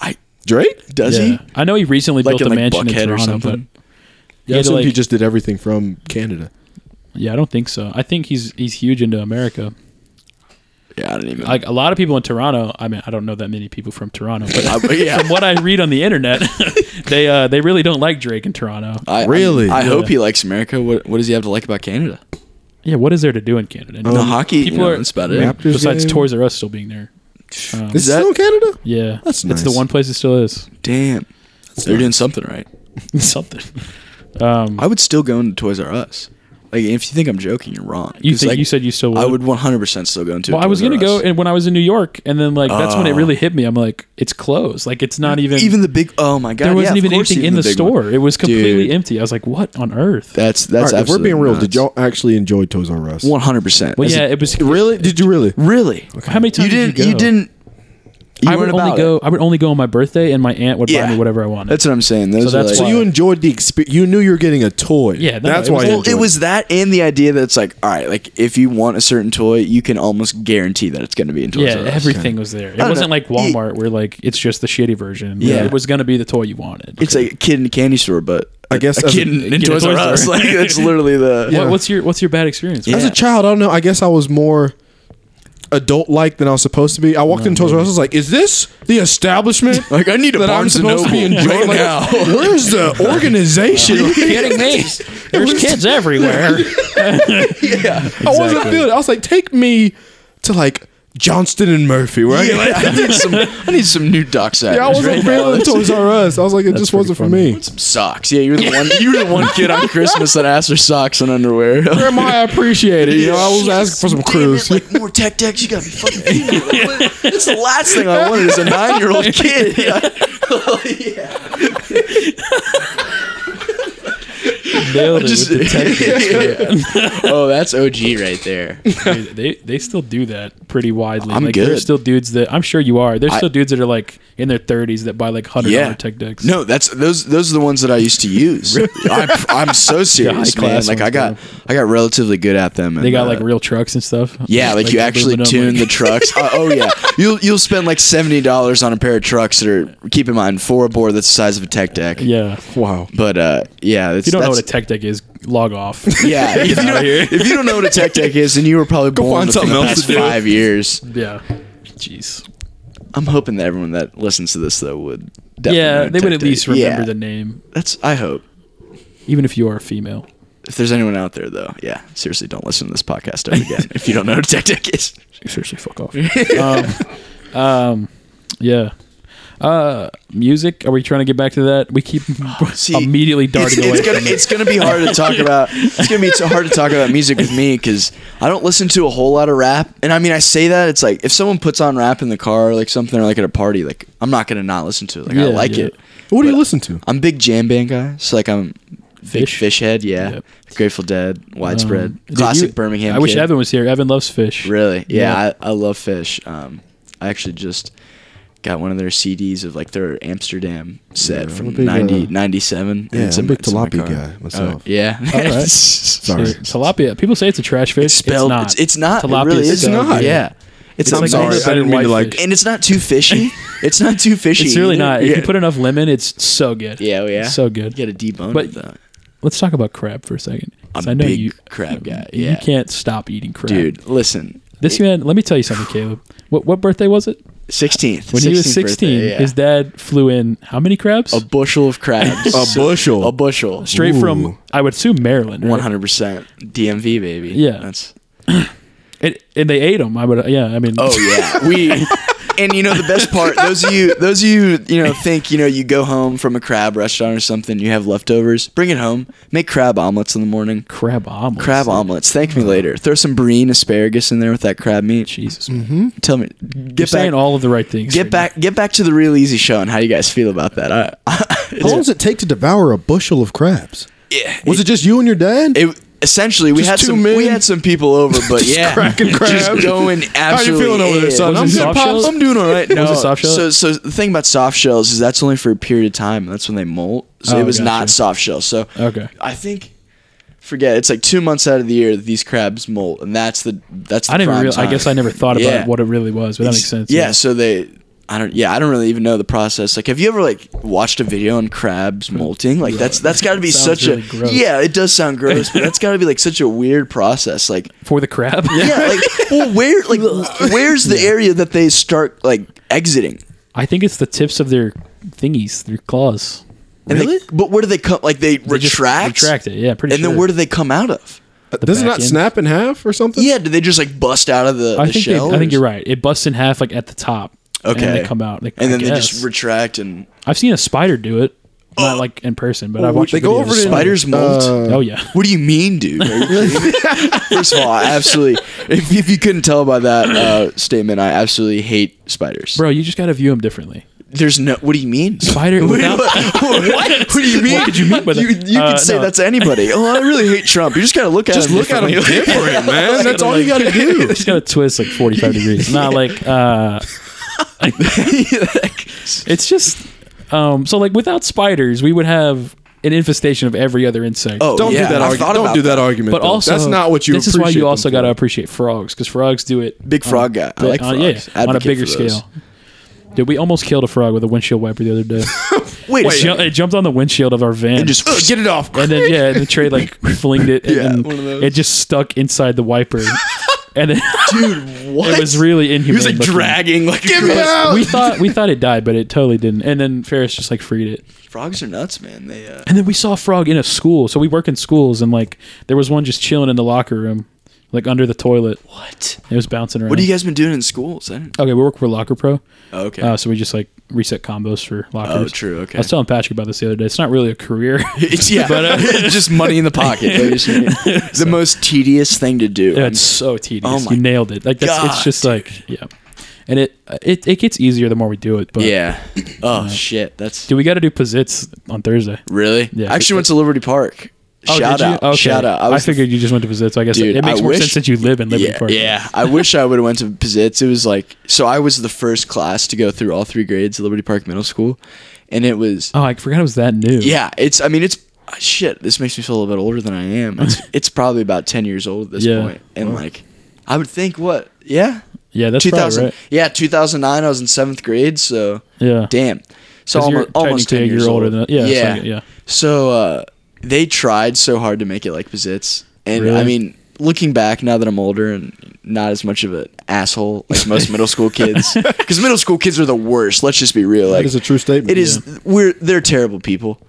[SPEAKER 3] I
[SPEAKER 2] Drake?
[SPEAKER 3] does
[SPEAKER 1] yeah.
[SPEAKER 3] he?
[SPEAKER 1] I know he recently
[SPEAKER 3] Like
[SPEAKER 1] built a
[SPEAKER 3] in like
[SPEAKER 1] mansion in
[SPEAKER 3] Buckhead or
[SPEAKER 1] Toronto,
[SPEAKER 3] something.
[SPEAKER 1] but
[SPEAKER 2] Yeah,
[SPEAKER 1] he had
[SPEAKER 2] I
[SPEAKER 1] to,
[SPEAKER 2] assume he
[SPEAKER 1] like- Um,
[SPEAKER 2] just did everything from Canada.
[SPEAKER 1] yeah, I don't think so. I think he's he's huge into America.
[SPEAKER 3] Yeah, I don't even.
[SPEAKER 1] Like a lot of people in Toronto. I mean, I don't know that many people from Toronto, but
[SPEAKER 3] I, yeah,
[SPEAKER 1] from what I read on the internet, they uh they really don't like Drake in Toronto.
[SPEAKER 3] I,
[SPEAKER 2] Really?
[SPEAKER 3] I, I
[SPEAKER 2] Yeah.
[SPEAKER 3] hope he likes America. What What does he have to like about Canada?
[SPEAKER 1] Yeah, what is there to do in Canada?
[SPEAKER 3] No hockey. People
[SPEAKER 1] people are-
[SPEAKER 3] that's about
[SPEAKER 1] I
[SPEAKER 3] it.
[SPEAKER 1] mean,
[SPEAKER 2] Raptors
[SPEAKER 1] besides
[SPEAKER 2] game.
[SPEAKER 1] Toys R Us still being there. Um,
[SPEAKER 2] Is
[SPEAKER 3] Is that-
[SPEAKER 2] that still Canada?
[SPEAKER 1] yeah,
[SPEAKER 2] That's
[SPEAKER 1] It's the
[SPEAKER 2] nice.
[SPEAKER 1] one place it still is.
[SPEAKER 3] Damn, they're doing something right.
[SPEAKER 1] Something. Um,
[SPEAKER 3] I would still go into Toys R Us. Like, if you think I'm joking, you're wrong.
[SPEAKER 1] you
[SPEAKER 3] 'Cause,
[SPEAKER 1] think
[SPEAKER 3] like,
[SPEAKER 1] you said you still would?
[SPEAKER 3] I would 100% still go into. a
[SPEAKER 1] Well, I was
[SPEAKER 3] Toys R
[SPEAKER 1] gonna go,
[SPEAKER 3] Us.
[SPEAKER 1] and when I was in New York, and then like that's when it
[SPEAKER 3] Oh.
[SPEAKER 1] really hit me. I'm like, it's closed. Like it's not even.
[SPEAKER 3] even the big. Oh my god,
[SPEAKER 1] there
[SPEAKER 3] yeah,
[SPEAKER 1] wasn't
[SPEAKER 3] of
[SPEAKER 1] even
[SPEAKER 3] course
[SPEAKER 1] anything in the,
[SPEAKER 3] big
[SPEAKER 1] store.
[SPEAKER 3] one.
[SPEAKER 1] It was completely
[SPEAKER 3] Dude.
[SPEAKER 1] empty. I was like, what on earth?
[SPEAKER 3] That's that's.
[SPEAKER 2] All right, if we're
[SPEAKER 3] absolutely
[SPEAKER 2] being real,
[SPEAKER 3] nuts.
[SPEAKER 2] did y'all actually enjoy Toys R Us?
[SPEAKER 3] 100%.
[SPEAKER 1] well,
[SPEAKER 3] As
[SPEAKER 1] yeah,
[SPEAKER 3] a-
[SPEAKER 1] it, was.
[SPEAKER 2] Really? Did you really?
[SPEAKER 3] really.
[SPEAKER 1] How many
[SPEAKER 3] You
[SPEAKER 1] times
[SPEAKER 3] didn't.
[SPEAKER 1] Did
[SPEAKER 3] You,
[SPEAKER 1] you, go?
[SPEAKER 3] didn't. You
[SPEAKER 1] I would
[SPEAKER 3] weren't
[SPEAKER 1] only
[SPEAKER 3] about
[SPEAKER 1] go.
[SPEAKER 3] it.
[SPEAKER 1] I would only go on my birthday, and my aunt would
[SPEAKER 3] Yeah.
[SPEAKER 1] buy me whatever I wanted.
[SPEAKER 3] That's what I'm saying. Those
[SPEAKER 1] So
[SPEAKER 3] are
[SPEAKER 1] that's
[SPEAKER 2] So
[SPEAKER 3] like,
[SPEAKER 2] you enjoyed the experience. You knew you were getting a toy.
[SPEAKER 1] Yeah, no,
[SPEAKER 2] that's
[SPEAKER 1] it
[SPEAKER 2] why.
[SPEAKER 1] was-
[SPEAKER 2] you
[SPEAKER 3] Well,
[SPEAKER 2] enjoyed
[SPEAKER 3] it was that and the idea that it's like, all right, like if you want a certain toy, you can almost guarantee that it's going to be in Toys
[SPEAKER 1] yeah,
[SPEAKER 3] R Us.
[SPEAKER 1] everything was there. It
[SPEAKER 3] don't
[SPEAKER 1] wasn't
[SPEAKER 3] know.
[SPEAKER 1] like Walmart where like it's just the shitty version. Yeah,
[SPEAKER 3] Yeah.
[SPEAKER 1] it was gonna be the toy you wanted.
[SPEAKER 3] It's like a kid in a candy store, but
[SPEAKER 2] I guess
[SPEAKER 3] a
[SPEAKER 2] as
[SPEAKER 3] kid
[SPEAKER 2] a-
[SPEAKER 3] in, in
[SPEAKER 1] kid in
[SPEAKER 3] Toys
[SPEAKER 1] Toy
[SPEAKER 3] R Us.
[SPEAKER 1] Store.
[SPEAKER 3] Like that's literally the
[SPEAKER 1] What-
[SPEAKER 2] Yeah.
[SPEAKER 1] what's your what's your bad experience?
[SPEAKER 3] Yeah.
[SPEAKER 2] As a child, I don't know. I guess I was more adult like than I was supposed to be. I walked in Toys R Us. I was like, "Is this the establishment
[SPEAKER 3] Like I need a
[SPEAKER 2] that I'm
[SPEAKER 3] Barnes and
[SPEAKER 2] supposed
[SPEAKER 3] Noble
[SPEAKER 2] to be enjoying?
[SPEAKER 3] right
[SPEAKER 2] Like,
[SPEAKER 3] now.
[SPEAKER 2] where's the organization?
[SPEAKER 1] Are you kidding me? There's kids everywhere.
[SPEAKER 2] I wasn't feeling. it. I was like, "Take me to like Johnston and Murphy, right?"
[SPEAKER 3] Yeah,
[SPEAKER 2] Yeah,
[SPEAKER 3] like, I need some. I need some new Doc Savage.
[SPEAKER 2] I wasn't
[SPEAKER 3] right now.
[SPEAKER 2] feeling Toys R Us. I was like, "It just wasn't for me."
[SPEAKER 3] Some socks. Yeah, you were the one. You were the one kid on Christmas that asked for socks and underwear.
[SPEAKER 2] Grandma, I appreciate it. You know, I was
[SPEAKER 3] Jesus,
[SPEAKER 2] asking for some
[SPEAKER 3] damn it,
[SPEAKER 2] crews.
[SPEAKER 3] like more tech decks. You gotta be fucking. kidding me. Like, what- That's the last thing I wanted is a nine-year-old kid. yeah.
[SPEAKER 1] Nailed it
[SPEAKER 3] Just-
[SPEAKER 1] with the techniques.
[SPEAKER 3] oh, that's OG right there.
[SPEAKER 1] Dude, they they still do that pretty widely.
[SPEAKER 3] I'm
[SPEAKER 1] like
[SPEAKER 3] good.
[SPEAKER 1] there's still dudes that I'm sure you are. There's
[SPEAKER 3] I-
[SPEAKER 1] still dudes that are like in their 30s that buy like hundred dollar
[SPEAKER 3] Yeah.
[SPEAKER 1] tech decks.
[SPEAKER 3] No, that's those. Those are the ones that I used to use. I, I'm so serious, man.
[SPEAKER 1] high-class
[SPEAKER 3] Like
[SPEAKER 1] ones,
[SPEAKER 3] I got,
[SPEAKER 1] bro.
[SPEAKER 3] I got relatively good at them.
[SPEAKER 1] they
[SPEAKER 3] and,
[SPEAKER 1] got
[SPEAKER 3] uh,
[SPEAKER 1] like real trucks and stuff.
[SPEAKER 3] Yeah, like, you
[SPEAKER 1] they're
[SPEAKER 3] actually
[SPEAKER 1] aluminum,
[SPEAKER 3] tune the
[SPEAKER 1] like-
[SPEAKER 3] trucks. Uh, oh yeah, you'll you'll spend like seventy dollars on a pair of trucks that are keep in mind four board that's the size of a tech deck.
[SPEAKER 1] Yeah, if
[SPEAKER 2] Wow.
[SPEAKER 3] But uh, yeah, it's,
[SPEAKER 1] you don't know what a
[SPEAKER 3] that's-
[SPEAKER 1] tech deck is, log off.
[SPEAKER 3] Yeah, if you,
[SPEAKER 1] outta
[SPEAKER 3] don't,
[SPEAKER 1] here.
[SPEAKER 3] if you don't know what a tech deck is, then you were probably born
[SPEAKER 2] find
[SPEAKER 3] within
[SPEAKER 2] something
[SPEAKER 3] the
[SPEAKER 2] else
[SPEAKER 3] past
[SPEAKER 2] to do.
[SPEAKER 3] five years.
[SPEAKER 1] yeah, jeez.
[SPEAKER 3] I'm hoping that everyone that listens to this though would. Definitely know
[SPEAKER 1] Yeah, they would
[SPEAKER 3] tech
[SPEAKER 1] at
[SPEAKER 3] deck.
[SPEAKER 1] least remember
[SPEAKER 3] Yeah,
[SPEAKER 1] the name,
[SPEAKER 3] That's I hope.
[SPEAKER 1] even if you are a female.
[SPEAKER 3] If there's anyone out there though, yeah, seriously, don't listen to this podcast ever again if you don't know what a tech deck is.
[SPEAKER 1] Seriously, fuck off. um, um, yeah. Uh, music. Are we trying to get back to that? We keep
[SPEAKER 3] See,
[SPEAKER 1] immediately darting
[SPEAKER 3] it's,
[SPEAKER 1] away.
[SPEAKER 3] It's
[SPEAKER 1] from
[SPEAKER 3] gonna,
[SPEAKER 1] it.
[SPEAKER 3] it's gonna be hard to talk about. It's gonna be so hard to talk about music with me because I don't listen to a whole lot of rap. And I mean, I say that it's like if someone puts on rap in the car, or like something, or like at a party, like I'm not gonna not listen to it. Like I
[SPEAKER 1] Yeah,
[SPEAKER 3] like
[SPEAKER 1] yeah.
[SPEAKER 3] it.
[SPEAKER 2] What do you
[SPEAKER 3] But-
[SPEAKER 2] listen to?
[SPEAKER 3] I'm a big jam band guy. So like I'm big
[SPEAKER 1] Fish?
[SPEAKER 3] fish head. Yeah,
[SPEAKER 1] Yep.
[SPEAKER 3] Grateful Dead, widespread,
[SPEAKER 1] Um, did
[SPEAKER 3] classic
[SPEAKER 1] you-
[SPEAKER 3] Birmingham.
[SPEAKER 1] I wish
[SPEAKER 3] kid.
[SPEAKER 1] Evan was here. Evan loves fish.
[SPEAKER 3] Really? Yeah,
[SPEAKER 1] Yeah.
[SPEAKER 3] I, I love Fish. Um, I actually just got one of their CDs of like their Amsterdam set
[SPEAKER 2] Yeah, I'm a
[SPEAKER 3] from
[SPEAKER 2] big, uh,
[SPEAKER 3] 90, 97.
[SPEAKER 2] yeah,
[SPEAKER 3] It's
[SPEAKER 2] I'm a
[SPEAKER 3] in-
[SPEAKER 2] big
[SPEAKER 3] it's in my
[SPEAKER 2] tilapia
[SPEAKER 3] car.
[SPEAKER 2] guy myself.
[SPEAKER 3] Oh, yeah.
[SPEAKER 1] right.
[SPEAKER 2] Sorry.
[SPEAKER 1] Dude, tilapia. People say it's a trash fish.
[SPEAKER 3] It's spelled.
[SPEAKER 1] It's not.
[SPEAKER 3] It's, it's not.
[SPEAKER 1] Tilapia
[SPEAKER 3] it really
[SPEAKER 1] is
[SPEAKER 3] is
[SPEAKER 1] spelled
[SPEAKER 3] not.
[SPEAKER 1] weird.
[SPEAKER 3] Yeah. It's,
[SPEAKER 1] It's
[SPEAKER 3] I'm
[SPEAKER 1] like
[SPEAKER 3] sorry.
[SPEAKER 1] almost
[SPEAKER 2] I didn't mean to,
[SPEAKER 1] whitefish.
[SPEAKER 2] like-
[SPEAKER 3] And it's not too fishy. it's not too fishy.
[SPEAKER 1] It's really
[SPEAKER 3] either.
[SPEAKER 1] not.
[SPEAKER 3] Yeah.
[SPEAKER 1] If you put enough lemon, it's so good.
[SPEAKER 3] yeah, oh, yeah.
[SPEAKER 1] It's so good.
[SPEAKER 3] You got to debone
[SPEAKER 1] But-
[SPEAKER 3] it, though.
[SPEAKER 1] Let's talk about crab for a second. 'cause
[SPEAKER 3] I'm a big crab guy, yeah.
[SPEAKER 1] You can't stop eating crab,
[SPEAKER 3] Dude, listen.
[SPEAKER 1] This man. Let me tell you something, Caleb. What what birthday was it?
[SPEAKER 3] 16th.
[SPEAKER 1] When
[SPEAKER 3] 16th
[SPEAKER 1] he was sixteen,
[SPEAKER 3] birthday, yeah. Oh,
[SPEAKER 1] his dad flew in how many crabs?
[SPEAKER 3] a bushel of crabs.
[SPEAKER 2] A bushel.
[SPEAKER 3] A bushel.
[SPEAKER 1] Straight
[SPEAKER 2] Ooh.
[SPEAKER 1] from I would assume Maryland. right?
[SPEAKER 3] One hundred percent DMV baby.
[SPEAKER 1] Yeah.
[SPEAKER 3] That's
[SPEAKER 1] And, and they ate them. I would. Yeah. I mean.
[SPEAKER 3] oh yeah. We and you know the best part. Those of you, those of you, you know, think you know you go home from a crab restaurant or something. You have leftovers. Bring it home. Make crab omelets in the morning.
[SPEAKER 1] Crab omelets.
[SPEAKER 3] Crab omelets. Thank me later. Throw some breen asparagus in there with that crab meat.
[SPEAKER 1] Jesus.
[SPEAKER 3] Tell me.
[SPEAKER 1] You're
[SPEAKER 3] Get
[SPEAKER 1] saying
[SPEAKER 3] Mm-hmm. back.
[SPEAKER 1] all of the right things.
[SPEAKER 3] Get
[SPEAKER 1] right
[SPEAKER 3] back. Get back to the real easy show and how you guys feel about that. I,
[SPEAKER 2] How long does it take to devour a bushel of crabs?
[SPEAKER 3] yeah.
[SPEAKER 2] Was it just you and your dad?
[SPEAKER 3] It essentially we
[SPEAKER 2] Just
[SPEAKER 3] had
[SPEAKER 2] two
[SPEAKER 3] some
[SPEAKER 2] men?
[SPEAKER 3] we had some people over, but yeah,
[SPEAKER 2] cracking crabs.
[SPEAKER 3] just going absolutely. in.
[SPEAKER 1] Was it soft shells?
[SPEAKER 2] I'm doing all right.
[SPEAKER 3] No,
[SPEAKER 1] Was it soft shell?
[SPEAKER 3] So, so the thing about soft shells is that's only for a period of time. That's when they molt. So
[SPEAKER 1] Oh,
[SPEAKER 3] it was
[SPEAKER 1] gotcha.
[SPEAKER 3] not soft shell. So
[SPEAKER 1] Okay.
[SPEAKER 3] I think forget it's like two months out of the year that these crabs molt, and that's the that's the
[SPEAKER 1] I didn't
[SPEAKER 3] prime
[SPEAKER 1] real, I
[SPEAKER 3] time.
[SPEAKER 1] guess I never thought about
[SPEAKER 3] Yeah.
[SPEAKER 1] what it really was, but that
[SPEAKER 3] It's-
[SPEAKER 1] makes sense.
[SPEAKER 3] Yeah, So they. I don't. Yeah, I don't really even know the process. Like, have you ever like watched a video on crabs molting? Like, that's that's got to be
[SPEAKER 1] Sounds
[SPEAKER 3] such
[SPEAKER 1] really
[SPEAKER 3] a.
[SPEAKER 1] gross.
[SPEAKER 3] Yeah, it does sound gross, but that's got to be like such a weird process. Like,
[SPEAKER 1] For the crab.
[SPEAKER 3] yeah, like well, where like where's the area that they start like exiting?
[SPEAKER 1] I think it's the tips of their thingies, their claws.
[SPEAKER 3] And they- but where do they come? Like they,
[SPEAKER 1] They just
[SPEAKER 3] retract,
[SPEAKER 1] Retract it. Yeah. Pretty
[SPEAKER 3] and
[SPEAKER 1] sure.
[SPEAKER 3] then where do they come out of?
[SPEAKER 2] Does it
[SPEAKER 1] back
[SPEAKER 2] not
[SPEAKER 1] end.
[SPEAKER 2] snap in half or something?
[SPEAKER 3] Yeah, do they just like bust out of the,
[SPEAKER 1] I
[SPEAKER 3] the
[SPEAKER 1] think they,
[SPEAKER 3] shell?
[SPEAKER 1] I think
[SPEAKER 3] or-
[SPEAKER 1] you're right. It busts in half like at the top. And then
[SPEAKER 3] Okay.
[SPEAKER 1] they come out. Like, I
[SPEAKER 3] And then they just
[SPEAKER 1] guess.
[SPEAKER 3] retract and
[SPEAKER 1] I've seen a spider do it.
[SPEAKER 3] Oh.
[SPEAKER 1] Not like in person, but I've watched.
[SPEAKER 2] They go
[SPEAKER 1] videos
[SPEAKER 2] over
[SPEAKER 1] of
[SPEAKER 2] to
[SPEAKER 3] Spiders molt?
[SPEAKER 2] Uh,
[SPEAKER 1] Oh yeah.
[SPEAKER 3] What do you mean, dude? Are you kidding me? First of all, I absolutely. If, if you couldn't tell by that uh, statement, I absolutely hate spiders.
[SPEAKER 1] Bro, you just gotta view them differently.
[SPEAKER 3] There's no. What do you mean?
[SPEAKER 1] Spider
[SPEAKER 3] What,
[SPEAKER 1] without-
[SPEAKER 3] what, what do you mean?
[SPEAKER 1] What could you mean by that?
[SPEAKER 3] You, you
[SPEAKER 1] Uh,
[SPEAKER 3] could say
[SPEAKER 1] no.
[SPEAKER 3] that to anybody. Oh, I really hate Trump. You just gotta look at
[SPEAKER 2] Just
[SPEAKER 3] him.
[SPEAKER 2] look at them
[SPEAKER 3] differently.
[SPEAKER 2] different, man. That's all you got to
[SPEAKER 1] You
[SPEAKER 2] do.
[SPEAKER 1] just gotta twist like 45 degrees. Not like uh, it's just um. So like without spiders, we would have an infestation of every other insect.
[SPEAKER 3] oh,
[SPEAKER 2] Don't
[SPEAKER 3] yeah,
[SPEAKER 2] do that
[SPEAKER 3] I
[SPEAKER 2] argument.
[SPEAKER 3] thought
[SPEAKER 2] Don't
[SPEAKER 3] about
[SPEAKER 2] do that, argument.
[SPEAKER 1] but
[SPEAKER 2] though.
[SPEAKER 1] also
[SPEAKER 2] that's not what you.
[SPEAKER 1] This is why
[SPEAKER 2] appreciate
[SPEAKER 1] you
[SPEAKER 2] them
[SPEAKER 1] also got to
[SPEAKER 2] for.
[SPEAKER 1] appreciate frogs because frogs do it.
[SPEAKER 3] Big frog guy. I like
[SPEAKER 1] on,
[SPEAKER 3] frogs.
[SPEAKER 1] uh, yeah, on a
[SPEAKER 3] Advocate
[SPEAKER 1] bigger
[SPEAKER 3] for those.
[SPEAKER 1] scale. Dude, we almost killed a frog with a windshield wiper the other day.
[SPEAKER 3] Wait,
[SPEAKER 1] it, ju- it jumped on the windshield of our van.
[SPEAKER 3] and just
[SPEAKER 2] Ugh, get it off.
[SPEAKER 1] and then yeah, and the tray like flinged it, and
[SPEAKER 3] Yeah,
[SPEAKER 1] then
[SPEAKER 3] one of those.
[SPEAKER 1] it just stuck inside the wiper. and then
[SPEAKER 3] dude, what?
[SPEAKER 1] it was really
[SPEAKER 3] He
[SPEAKER 1] inhumane.
[SPEAKER 3] was like
[SPEAKER 1] looking.
[SPEAKER 3] dragging like
[SPEAKER 2] Get me out.
[SPEAKER 1] We thought we thought it died, but it totally didn't. And then Ferris just like freed it.
[SPEAKER 3] Frogs are nuts, man. They uh,
[SPEAKER 1] And then we saw a frog in a school. So we work in schools, and like there was one just chilling in the locker room, like under the toilet.
[SPEAKER 3] what?
[SPEAKER 1] It was bouncing around.
[SPEAKER 3] What do you guys been doing in schools? I didn't-
[SPEAKER 1] Okay, we work for Locker Pro.
[SPEAKER 3] Oh, okay.
[SPEAKER 1] Uh, so we just like reset combos for lockers.
[SPEAKER 3] Oh, true, okay.
[SPEAKER 1] I was telling Patrick about this the other day. It's not really a career.
[SPEAKER 3] it's yeah,
[SPEAKER 1] but, uh,
[SPEAKER 3] just money in the pocket. They just- the most tedious thing to do.
[SPEAKER 1] Yeah,
[SPEAKER 3] I'm
[SPEAKER 1] it's so tedious.
[SPEAKER 3] Oh my
[SPEAKER 1] you nailed it. Like that's, it's
[SPEAKER 3] God,
[SPEAKER 1] just like yeah. and it it it gets easier the more we do it. But
[SPEAKER 3] yeah. Oh shit, that's
[SPEAKER 1] dude, we got to do posits on Thursday.
[SPEAKER 3] really.
[SPEAKER 1] Yeah.
[SPEAKER 3] I actually went to Liberty Park.
[SPEAKER 1] Oh,
[SPEAKER 3] shout
[SPEAKER 1] did you?
[SPEAKER 3] out, shout out.
[SPEAKER 1] I,
[SPEAKER 3] was the
[SPEAKER 1] figured you just went to posits. So I guess
[SPEAKER 3] Dude,
[SPEAKER 1] it makes
[SPEAKER 3] I
[SPEAKER 1] more
[SPEAKER 3] wish-
[SPEAKER 1] sense since you live in Liberty
[SPEAKER 3] yeah,
[SPEAKER 1] Park.
[SPEAKER 3] Yeah, I wish I would have went to Pizzitz. It was like so I was the first class to go through all three grades at Liberty Park Middle School, and it was
[SPEAKER 1] Oh, I forgot it was that new.
[SPEAKER 3] yeah. It's I mean it's ah, shit. This makes me feel a little bit older than I am. It's, it's probably about ten years old at this
[SPEAKER 1] Yeah.
[SPEAKER 3] point, and like I would think what yeah
[SPEAKER 1] yeah, that's
[SPEAKER 3] two thousand
[SPEAKER 1] probably right.
[SPEAKER 3] yeah two thousand nine I was in seventh grade so
[SPEAKER 1] Yeah,
[SPEAKER 3] damn so
[SPEAKER 1] 'Cause you're
[SPEAKER 3] almost almost
[SPEAKER 1] technically
[SPEAKER 3] ten
[SPEAKER 1] a year
[SPEAKER 3] years
[SPEAKER 1] older
[SPEAKER 3] old.
[SPEAKER 1] than- yeah, it's
[SPEAKER 3] yeah
[SPEAKER 1] like- yeah.
[SPEAKER 3] so uh, they tried so hard to make it like Pizitz, and
[SPEAKER 1] Really?
[SPEAKER 3] I mean, looking back now that I'm older and not as much of an asshole like most middle school kids, because middle school kids are the worst. Let's just be real. Like
[SPEAKER 2] that is a true statement.
[SPEAKER 3] it is, we're they're terrible people.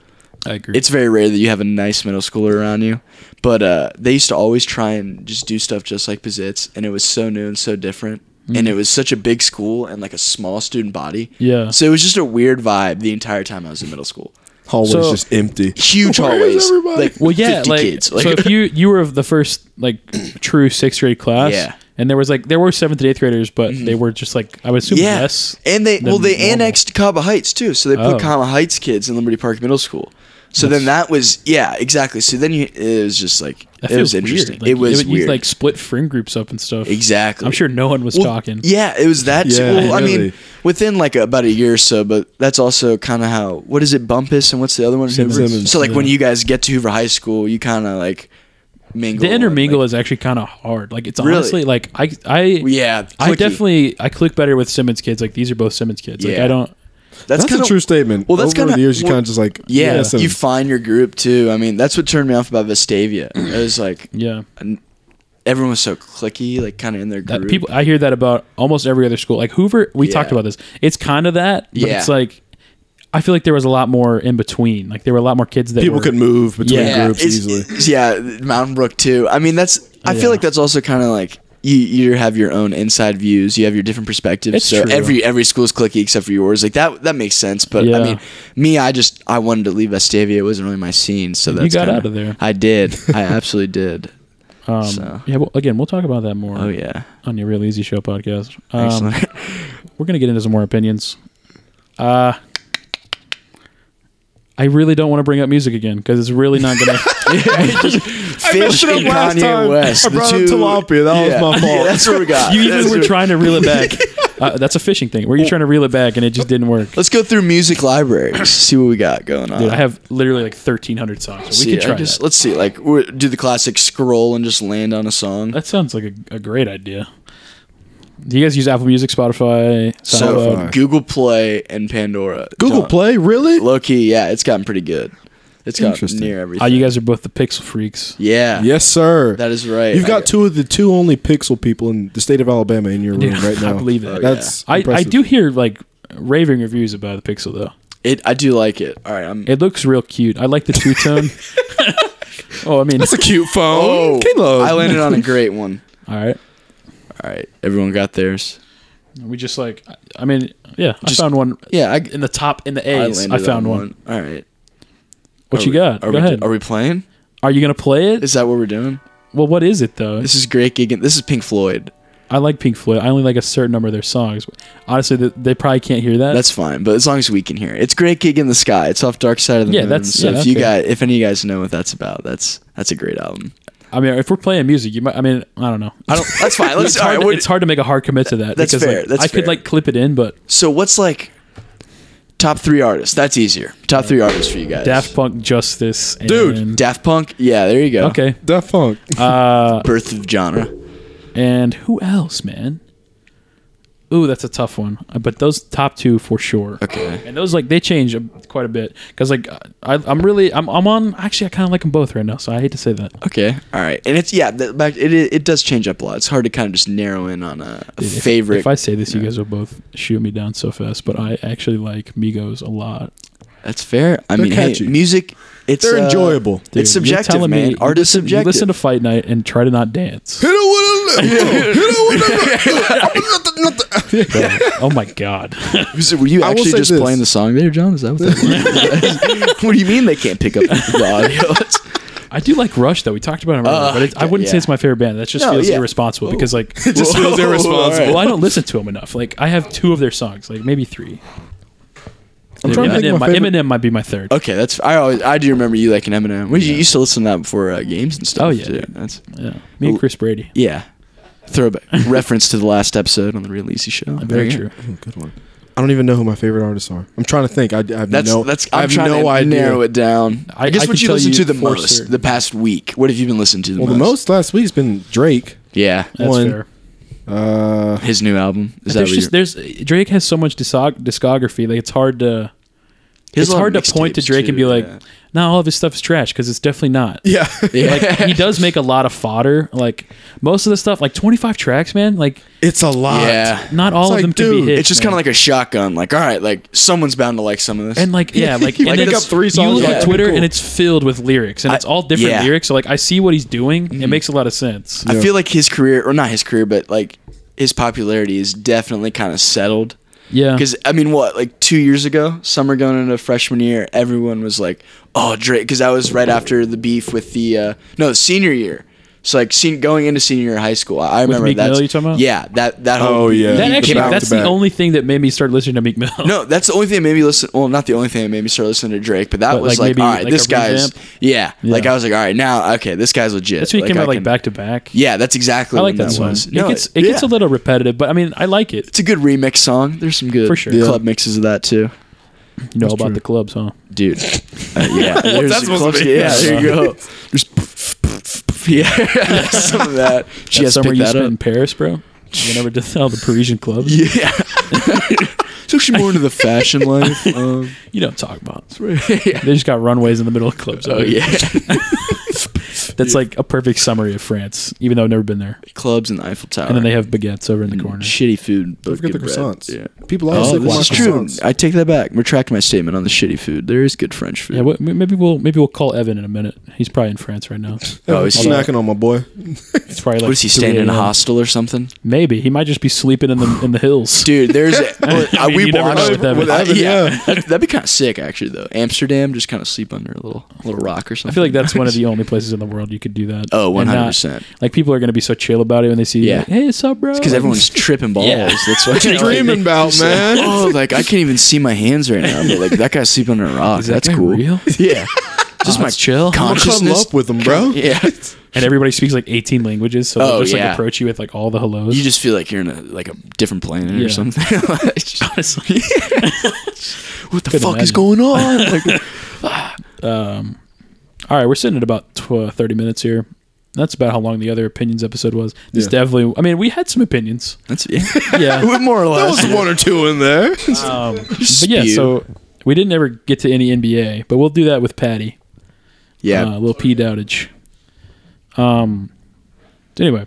[SPEAKER 1] I agree.
[SPEAKER 3] It's very rare that you have a nice middle schooler around you, but uh, they used to always try and just do stuff just like Pizitz, and it was so new and so different.
[SPEAKER 1] Mm.
[SPEAKER 3] And it was such a big school and like a small student body.
[SPEAKER 1] Yeah.
[SPEAKER 3] So it was just a weird vibe the entire time I was in middle school
[SPEAKER 2] Hallways
[SPEAKER 1] So-
[SPEAKER 2] just empty.
[SPEAKER 3] huge
[SPEAKER 2] Where is
[SPEAKER 3] hallways.
[SPEAKER 2] everybody?
[SPEAKER 3] Like
[SPEAKER 1] well, yeah,
[SPEAKER 3] 50
[SPEAKER 1] like,
[SPEAKER 3] kids. Like,
[SPEAKER 1] so if you you were of the first like true sixth grade class,
[SPEAKER 3] Yeah. Mm-hmm.
[SPEAKER 1] and there was like there were seventh and eighth graders, but they were just like I would assume
[SPEAKER 3] yeah,
[SPEAKER 1] less.
[SPEAKER 3] and they well they
[SPEAKER 1] normal.
[SPEAKER 3] annexed Caba Heights too, so they put
[SPEAKER 1] Oh.
[SPEAKER 3] Caba Heights kids in Liberty Park Middle School. So then that was yeah exactly. So then you, it was just like
[SPEAKER 1] That
[SPEAKER 3] it was
[SPEAKER 1] feels weird.
[SPEAKER 3] interesting.
[SPEAKER 1] Like,
[SPEAKER 3] it was
[SPEAKER 1] would- you'd,
[SPEAKER 3] weird.
[SPEAKER 1] like split friend groups up and stuff.
[SPEAKER 3] exactly.
[SPEAKER 1] I'm sure no one was
[SPEAKER 3] Well,
[SPEAKER 1] talking.
[SPEAKER 3] Yeah, it was that.
[SPEAKER 2] Yeah,
[SPEAKER 3] well, I mean,
[SPEAKER 2] really.
[SPEAKER 3] within like about a year or so, but that's also kind of how. What is it, Bumpus, and what's the other one? Hoover?
[SPEAKER 2] Simmons,
[SPEAKER 3] So like when
[SPEAKER 1] yeah.
[SPEAKER 3] you guys get to Hoover High School, you kind of like mingle.
[SPEAKER 1] The intermingle
[SPEAKER 3] like-
[SPEAKER 1] is actually kind of hard. Like it's
[SPEAKER 3] Really?
[SPEAKER 1] honestly like I I
[SPEAKER 3] yeah,
[SPEAKER 1] I
[SPEAKER 3] clicky.
[SPEAKER 1] definitely I click better with Simmons kids. Like these are both Simmons kids. Like
[SPEAKER 3] Yeah.
[SPEAKER 1] I don't.
[SPEAKER 2] That's,
[SPEAKER 3] kinda-
[SPEAKER 2] a true statement.
[SPEAKER 3] well, that's
[SPEAKER 2] Over
[SPEAKER 3] kinda-
[SPEAKER 2] the years, you
[SPEAKER 3] well,
[SPEAKER 2] kind of just like
[SPEAKER 3] Yeah,
[SPEAKER 2] listen,
[SPEAKER 3] you find your group too. I mean, that's what turned me off about Vestavia. It was like
[SPEAKER 1] Yeah.
[SPEAKER 3] everyone was so clicky, like kind of in their group.
[SPEAKER 1] That people I hear that about almost every other school. Like Hoover, we
[SPEAKER 3] Yeah.
[SPEAKER 1] talked about this. It's kind of that, but
[SPEAKER 3] Yeah.
[SPEAKER 1] it's like I feel like there was a lot more in between. Like there were a lot more kids that
[SPEAKER 2] people
[SPEAKER 1] were,
[SPEAKER 2] could move between
[SPEAKER 1] Yeah,
[SPEAKER 2] groups
[SPEAKER 3] it's-
[SPEAKER 2] easily.
[SPEAKER 3] it's- yeah, Mountain Brook too. I mean, that's. I
[SPEAKER 1] Yeah.
[SPEAKER 3] feel like that's also kind of like you. You have your own inside views. You have your different perspectives.
[SPEAKER 1] It's
[SPEAKER 3] so
[SPEAKER 1] true.
[SPEAKER 3] every every school's clicky except for yours. Like that. That makes sense. But
[SPEAKER 1] Yeah.
[SPEAKER 3] I mean, me, I just I wanted to leave Vestavia. It wasn't really my scene. So that's
[SPEAKER 1] got
[SPEAKER 3] kinda-
[SPEAKER 1] out of there.
[SPEAKER 3] I did. I absolutely did.
[SPEAKER 1] Um,
[SPEAKER 3] so.
[SPEAKER 1] Yeah. Well, again, we'll talk about that more
[SPEAKER 3] Oh yeah.
[SPEAKER 1] on your Real Easy Show podcast. Um,
[SPEAKER 3] Excellent.
[SPEAKER 1] we're gonna get into some more opinions. Uh I really don't want to bring up music again because it's really not gonna.
[SPEAKER 3] Fish and Kanye West.
[SPEAKER 2] I
[SPEAKER 3] the
[SPEAKER 2] brought up
[SPEAKER 3] two-
[SPEAKER 2] tilapia. That
[SPEAKER 3] yeah.
[SPEAKER 2] was my
[SPEAKER 3] Yeah,
[SPEAKER 2] fault.
[SPEAKER 3] that's what we got.
[SPEAKER 1] you
[SPEAKER 3] That's
[SPEAKER 1] even were
[SPEAKER 3] what-
[SPEAKER 1] trying to reel it back. Uh, that's a fishing thing. Where you're trying to reel it back and it just didn't work.
[SPEAKER 3] Let's go through music libraries. See what we got going on.
[SPEAKER 1] Dude, I have literally like 1,300 songs. We
[SPEAKER 3] see,
[SPEAKER 1] could try
[SPEAKER 3] I just,
[SPEAKER 1] that.
[SPEAKER 3] Let's see. Like, we're, do the classic scroll and just land on a song.
[SPEAKER 1] That sounds like a, a great idea. Do you guys use Apple Music, Spotify,
[SPEAKER 3] So
[SPEAKER 1] SoundCloud?
[SPEAKER 3] Google Play and Pandora.
[SPEAKER 2] Google
[SPEAKER 3] Don't-
[SPEAKER 2] Play, really?
[SPEAKER 3] Low key, yeah, it's gotten pretty good. It's gotten
[SPEAKER 2] Interesting.
[SPEAKER 3] near everything.
[SPEAKER 1] Ah, you guys are both the Pixel freaks.
[SPEAKER 3] yeah,
[SPEAKER 2] Yes, sir.
[SPEAKER 3] that is right.
[SPEAKER 2] You've
[SPEAKER 3] I
[SPEAKER 2] got two of the two only Pixel people in the state of Alabama in your room
[SPEAKER 1] Dude,
[SPEAKER 2] right
[SPEAKER 1] I
[SPEAKER 2] now.
[SPEAKER 1] believe it. Oh, yeah.
[SPEAKER 2] That's
[SPEAKER 1] I, I
[SPEAKER 2] impressive.
[SPEAKER 1] do hear like raving reviews about the Pixel though.
[SPEAKER 3] It, I do like it. All right, I'm.
[SPEAKER 1] It looks real cute. I like the two tone. oh, I mean,
[SPEAKER 2] That's a cute phone.
[SPEAKER 3] oh,
[SPEAKER 2] Caleb.
[SPEAKER 3] I landed on a great one.
[SPEAKER 1] all right.
[SPEAKER 3] All right, everyone got theirs.
[SPEAKER 1] We just like, I- I mean, yeah,
[SPEAKER 3] Just-
[SPEAKER 1] I found one
[SPEAKER 3] Yeah, I,
[SPEAKER 1] in the top in the A's. I,
[SPEAKER 3] landed
[SPEAKER 1] found
[SPEAKER 3] on
[SPEAKER 1] one.
[SPEAKER 3] All right,
[SPEAKER 1] What
[SPEAKER 3] Are
[SPEAKER 1] you
[SPEAKER 3] we-
[SPEAKER 1] got?
[SPEAKER 3] Are
[SPEAKER 1] Go
[SPEAKER 3] we,
[SPEAKER 1] ahead.
[SPEAKER 3] Are we playing?
[SPEAKER 1] Are you gonna play it?
[SPEAKER 3] Is that what we're doing?
[SPEAKER 1] well, what is it though?
[SPEAKER 3] This is great gig. This is Pink Floyd.
[SPEAKER 1] I like Pink Floyd. I only like a certain number of their songs. Honestly, th they probably can't hear that.
[SPEAKER 3] That's fine, but as long as we can hear it, it's great gig in the sky. It's off Dark Side of the
[SPEAKER 1] Yeah,
[SPEAKER 3] Moon.
[SPEAKER 1] that's-
[SPEAKER 3] so
[SPEAKER 1] yeah,
[SPEAKER 3] if you
[SPEAKER 1] okay.
[SPEAKER 3] guys, if any of you guys know what that's about, that's that's a great album.
[SPEAKER 1] I mean, if we're playing music, you might. I mean, I don't know.
[SPEAKER 3] I don't. That's fine. Let's.
[SPEAKER 1] it's,
[SPEAKER 3] all
[SPEAKER 1] hard,
[SPEAKER 3] right,
[SPEAKER 1] to-
[SPEAKER 3] we're-
[SPEAKER 1] it's hard to make a hard commit to that.
[SPEAKER 3] That's
[SPEAKER 1] because,
[SPEAKER 3] fair,
[SPEAKER 1] Like,
[SPEAKER 3] that's
[SPEAKER 1] I could
[SPEAKER 3] fair.
[SPEAKER 1] like clip it in, but
[SPEAKER 3] So what's like top three artists? That's easier. Top three artists for you guys.
[SPEAKER 1] Daft Punk, Justice, and,
[SPEAKER 2] Dude,
[SPEAKER 3] Daft Punk. Yeah, there you go.
[SPEAKER 1] okay,
[SPEAKER 2] Daft Punk.
[SPEAKER 1] uh,
[SPEAKER 3] Birth of genre.
[SPEAKER 1] and who else, man? Ooh, that's a tough one. Uh, But those top two for sure.
[SPEAKER 3] Okay.
[SPEAKER 1] And those like they change a- quite a bit because like uh, I, I'm really I'm I'm on actually I kind of like them both right now, so I hate to say that.
[SPEAKER 3] Okay. All right. And it's yeah. The, back, it it does change up a lot. It's hard to kind of just narrow in on a, a
[SPEAKER 1] Dude, if-
[SPEAKER 3] favorite.
[SPEAKER 1] If I say this, you guys will both shoot me down so fast. But I actually like Migos a lot.
[SPEAKER 3] that's fair. I
[SPEAKER 2] They're
[SPEAKER 3] mean, hey,
[SPEAKER 2] catchy.
[SPEAKER 3] music. It's
[SPEAKER 2] They're
[SPEAKER 3] uh,
[SPEAKER 2] enjoyable.
[SPEAKER 1] Dude,
[SPEAKER 3] it's
[SPEAKER 1] you're
[SPEAKER 3] subjective,
[SPEAKER 1] telling
[SPEAKER 3] man.
[SPEAKER 1] you
[SPEAKER 3] Art is
[SPEAKER 1] listen- you
[SPEAKER 3] subjective.
[SPEAKER 1] listen to Fight Night and try to not dance.
[SPEAKER 2] Hit it with a
[SPEAKER 1] Bro, oh my god!
[SPEAKER 3] So were you
[SPEAKER 2] I will
[SPEAKER 3] actually
[SPEAKER 2] say
[SPEAKER 3] just
[SPEAKER 2] this.
[SPEAKER 3] playing the song there, John? Is that what that was? what do you mean they can't pick up the audio? It's-
[SPEAKER 1] I do like Rush though. We talked about him earlier,
[SPEAKER 3] Uh,
[SPEAKER 1] but it's, I wouldn't
[SPEAKER 3] yeah.
[SPEAKER 1] say it's my favorite band. That just
[SPEAKER 3] No,
[SPEAKER 1] feels
[SPEAKER 3] yeah.
[SPEAKER 1] irresponsible because like
[SPEAKER 2] It just
[SPEAKER 3] Whoa,
[SPEAKER 2] feels irresponsible.
[SPEAKER 3] all
[SPEAKER 1] well, I don't listen to them enough. Like I have two of their songs, like maybe three.
[SPEAKER 2] I'm trying to
[SPEAKER 1] Eminem,
[SPEAKER 2] think of my
[SPEAKER 1] might-
[SPEAKER 2] favorite-
[SPEAKER 1] Eminem might be my third.
[SPEAKER 3] Okay, that's I always I do remember you liking Eminem. We you used to listen to that before uh, games and stuff.
[SPEAKER 1] Oh, yeah,
[SPEAKER 3] too.
[SPEAKER 1] dude.
[SPEAKER 3] that's
[SPEAKER 1] Yeah, me and Chris Brady.
[SPEAKER 3] yeah. Throwback reference to the last episode on the Real Easy Show. There
[SPEAKER 1] Very
[SPEAKER 3] you go.
[SPEAKER 1] true.
[SPEAKER 2] Ooh, good one. I don't even know who my favorite artists are. I'm trying to think. I, I have
[SPEAKER 3] That's
[SPEAKER 2] no.
[SPEAKER 3] that's. I'm
[SPEAKER 2] I have
[SPEAKER 3] trying
[SPEAKER 2] no
[SPEAKER 3] to
[SPEAKER 2] idea.
[SPEAKER 3] narrow it down.
[SPEAKER 1] I-
[SPEAKER 3] I, guess
[SPEAKER 1] I
[SPEAKER 3] what
[SPEAKER 1] can
[SPEAKER 3] you
[SPEAKER 1] tell
[SPEAKER 3] listen
[SPEAKER 1] you
[SPEAKER 3] to the
[SPEAKER 1] for
[SPEAKER 3] most
[SPEAKER 1] certain.
[SPEAKER 3] the past week. What have you been listening to the
[SPEAKER 2] Well,
[SPEAKER 3] most?
[SPEAKER 2] the most last week's been Drake.
[SPEAKER 3] Yeah,
[SPEAKER 1] That's
[SPEAKER 2] One.
[SPEAKER 1] fair.
[SPEAKER 2] Uh,
[SPEAKER 3] his new album. Is that
[SPEAKER 1] There's
[SPEAKER 3] what
[SPEAKER 1] just
[SPEAKER 3] you're-
[SPEAKER 1] there's Drake has so much discog- discography. Like it's hard to
[SPEAKER 3] his
[SPEAKER 1] it's
[SPEAKER 3] lot
[SPEAKER 1] hard to
[SPEAKER 3] of
[SPEAKER 1] point to
[SPEAKER 3] mixtapes,
[SPEAKER 1] Drake and be
[SPEAKER 3] too,
[SPEAKER 1] like,
[SPEAKER 3] yeah.
[SPEAKER 1] "No, all of his stuff is trash" because it's definitely not.
[SPEAKER 2] yeah.
[SPEAKER 3] Yeah.
[SPEAKER 1] Like he does make a lot of fodder. Like most of the stuff, like 25 tracks, man. Like
[SPEAKER 2] it's a lot.
[SPEAKER 3] Yeah.
[SPEAKER 1] not all
[SPEAKER 2] It's
[SPEAKER 1] of
[SPEAKER 2] like,
[SPEAKER 1] them can
[SPEAKER 2] dude,
[SPEAKER 1] be hits.
[SPEAKER 3] It's just kind of like a shotgun. Like, all right, like someone's bound to like some of this.
[SPEAKER 1] and like yeah, like
[SPEAKER 2] You
[SPEAKER 1] and
[SPEAKER 2] pick
[SPEAKER 1] then
[SPEAKER 2] up three
[SPEAKER 1] You
[SPEAKER 2] songs,
[SPEAKER 1] look
[SPEAKER 3] yeah,
[SPEAKER 1] at
[SPEAKER 3] that'd be
[SPEAKER 1] Twitter
[SPEAKER 2] cool.
[SPEAKER 1] and it's filled with lyrics, and
[SPEAKER 3] I-
[SPEAKER 1] it's all different
[SPEAKER 3] yeah. Mm-hmm.
[SPEAKER 1] lyrics. So like I see what he's doing. It makes a lot of sense.
[SPEAKER 3] I feel like his career, or not his career, but like his popularity is definitely kind of settled.
[SPEAKER 1] Yeah,
[SPEAKER 3] Because I mean, what like two years ago, summer going into freshman year, everyone was like, "Oh, Drake," because that was right after the beef with the uh, no senior year. So like, sen- going into senior year of high school, I remember
[SPEAKER 1] Meek
[SPEAKER 3] that's
[SPEAKER 1] Mill, you talking about?
[SPEAKER 3] yeah that that whole
[SPEAKER 2] Oh, yeah.
[SPEAKER 1] that
[SPEAKER 2] the
[SPEAKER 1] actually
[SPEAKER 2] back
[SPEAKER 1] that's
[SPEAKER 2] to
[SPEAKER 1] the
[SPEAKER 2] back.
[SPEAKER 1] only thing that made me start listening to Meek Mill.
[SPEAKER 3] No, that's the only thing that made me listen. Well, not the only thing that made me start listening to Drake, but that
[SPEAKER 1] But,
[SPEAKER 3] was
[SPEAKER 1] like,
[SPEAKER 3] like,
[SPEAKER 1] maybe,
[SPEAKER 3] all right,
[SPEAKER 1] like,
[SPEAKER 3] this
[SPEAKER 1] a
[SPEAKER 3] guy's
[SPEAKER 1] revamp?
[SPEAKER 3] yeah. Like
[SPEAKER 1] Yeah.
[SPEAKER 3] I was like, all right, now okay, this guy's legit.
[SPEAKER 1] that's when he came
[SPEAKER 3] I
[SPEAKER 1] out like
[SPEAKER 3] can-
[SPEAKER 1] back to back.
[SPEAKER 3] Yeah, that's exactly.
[SPEAKER 1] I like
[SPEAKER 3] when
[SPEAKER 1] that song.
[SPEAKER 3] was.
[SPEAKER 1] It
[SPEAKER 3] No,
[SPEAKER 1] gets it gets a
[SPEAKER 3] yeah.
[SPEAKER 1] little repetitive, but I mean I like it.
[SPEAKER 3] It's a good remix song. There's some good
[SPEAKER 1] For sure.
[SPEAKER 2] Yeah.
[SPEAKER 3] club mixes of that too,
[SPEAKER 1] You know about
[SPEAKER 2] true.
[SPEAKER 1] the clubs, huh?
[SPEAKER 3] dude. Uh, yeah, there's
[SPEAKER 2] that
[SPEAKER 3] the
[SPEAKER 2] supposed to
[SPEAKER 3] clubs-
[SPEAKER 2] be?
[SPEAKER 3] Yeah, there you go. There's yeah, some of that. She
[SPEAKER 1] That
[SPEAKER 3] has to
[SPEAKER 1] summer
[SPEAKER 3] pick
[SPEAKER 1] you
[SPEAKER 3] that
[SPEAKER 1] spent in
[SPEAKER 3] up.
[SPEAKER 1] Paris, bro. You never did all the Parisian clubs.
[SPEAKER 3] Yeah. so she's more into the fashion life.
[SPEAKER 1] Oh,
[SPEAKER 3] Um,
[SPEAKER 1] You don't talk about.
[SPEAKER 3] yeah.
[SPEAKER 1] They just got runways in the middle of clubs.
[SPEAKER 3] Oh yeah,
[SPEAKER 1] that's like a perfect summary of France, even though I've never been there.
[SPEAKER 3] clubs and the Eiffel Tower.
[SPEAKER 1] And then they have baguettes over in
[SPEAKER 3] Mm.
[SPEAKER 1] the corner.
[SPEAKER 3] Shitty food. But
[SPEAKER 2] Don't forget the
[SPEAKER 3] good bread.
[SPEAKER 2] croissants.
[SPEAKER 3] Yeah.
[SPEAKER 2] People always
[SPEAKER 3] Oh,
[SPEAKER 2] say
[SPEAKER 3] this
[SPEAKER 2] want
[SPEAKER 3] is true.
[SPEAKER 2] croissants.
[SPEAKER 3] I take that back. Retract my statement on the shitty food. There is good French food.
[SPEAKER 1] Yeah, what, m- maybe we'll maybe we'll call Evan in a minute. He's probably in France right now.
[SPEAKER 3] Oh, is he-
[SPEAKER 2] snacking on my boy.
[SPEAKER 1] It's probably like
[SPEAKER 3] what is he
[SPEAKER 1] 3
[SPEAKER 3] standing in a
[SPEAKER 1] a.m..
[SPEAKER 3] hostel or something?
[SPEAKER 1] Maybe he might just be sleeping in the in the hills.
[SPEAKER 3] Dude, there's a,
[SPEAKER 1] I mean,
[SPEAKER 3] we
[SPEAKER 1] you never know
[SPEAKER 3] watched
[SPEAKER 1] with Evan. With
[SPEAKER 2] Evan,
[SPEAKER 3] yeah,
[SPEAKER 2] yeah.
[SPEAKER 3] That'd, that'd be kind of sick actually though. Amsterdam, just kind of sleep under a little little rock or
[SPEAKER 1] I
[SPEAKER 3] something.
[SPEAKER 1] feel like that's one of the only places in the world you could do that.
[SPEAKER 3] oh
[SPEAKER 1] And
[SPEAKER 3] 100
[SPEAKER 1] not-
[SPEAKER 3] percent.
[SPEAKER 1] Like people are gonna be so chill about it when they see. Yeah.
[SPEAKER 3] Yeah.
[SPEAKER 1] Like, hey, what's up, bro?
[SPEAKER 3] Because everyone's tripping balls.
[SPEAKER 1] Yeah.
[SPEAKER 3] That's what
[SPEAKER 1] What you dreaming
[SPEAKER 2] about, man?
[SPEAKER 3] Oh, like I can't even see my hands right now. But like that guy's sleeping under a rock.
[SPEAKER 1] Is that
[SPEAKER 3] that's
[SPEAKER 1] guy
[SPEAKER 3] cool.
[SPEAKER 1] real?
[SPEAKER 3] Yeah,
[SPEAKER 1] Oh,
[SPEAKER 3] just my
[SPEAKER 1] that's chill.
[SPEAKER 2] I'm gonna cuddle
[SPEAKER 3] consciousness.
[SPEAKER 2] up with him, bro.
[SPEAKER 3] Yeah,
[SPEAKER 1] And everybody speaks like 18 languages, so they'll
[SPEAKER 3] Oh,
[SPEAKER 1] just like
[SPEAKER 3] yeah.
[SPEAKER 1] approach you with like all the hellos.
[SPEAKER 3] you just feel like you're in a like a different planet
[SPEAKER 1] Yeah.
[SPEAKER 3] or something. Like, just-
[SPEAKER 1] honestly.
[SPEAKER 3] what the
[SPEAKER 1] Couldn't
[SPEAKER 3] fuck is
[SPEAKER 1] imagine.
[SPEAKER 3] going on? Like,
[SPEAKER 1] Um, all right, we're sitting at about tw- uh, 30 minutes here. That's about how long the other opinions episode was. This
[SPEAKER 2] Yeah.
[SPEAKER 1] definitely, I mean, we had some opinions.
[SPEAKER 3] that's yeah.
[SPEAKER 1] Yeah.
[SPEAKER 3] more or
[SPEAKER 2] There
[SPEAKER 3] less.
[SPEAKER 2] was one or two in there.
[SPEAKER 1] um, but yeah,
[SPEAKER 3] Spew.
[SPEAKER 1] so we didn't ever get to any NBA, but we'll do that with Patty.
[SPEAKER 3] yeah,
[SPEAKER 1] Uh, a little P doubtage. Um, anyway,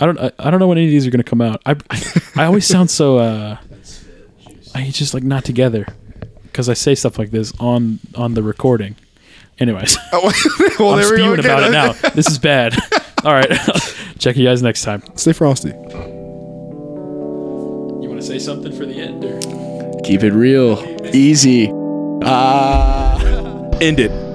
[SPEAKER 1] I don't, I, I don't know when any of these are going to come out. I, I, always sound so, uh, I just like not together because I say stuff like this on, on the recording. Anyways.
[SPEAKER 2] well,
[SPEAKER 1] I'm
[SPEAKER 2] Oh, there we go
[SPEAKER 1] spewing about it
[SPEAKER 2] again.
[SPEAKER 1] now. This is bad. All right. Check you guys next time.
[SPEAKER 2] Stay frosty.
[SPEAKER 1] You want to say something for the end? Or?
[SPEAKER 3] keep it real, easy. Ah.
[SPEAKER 2] End it.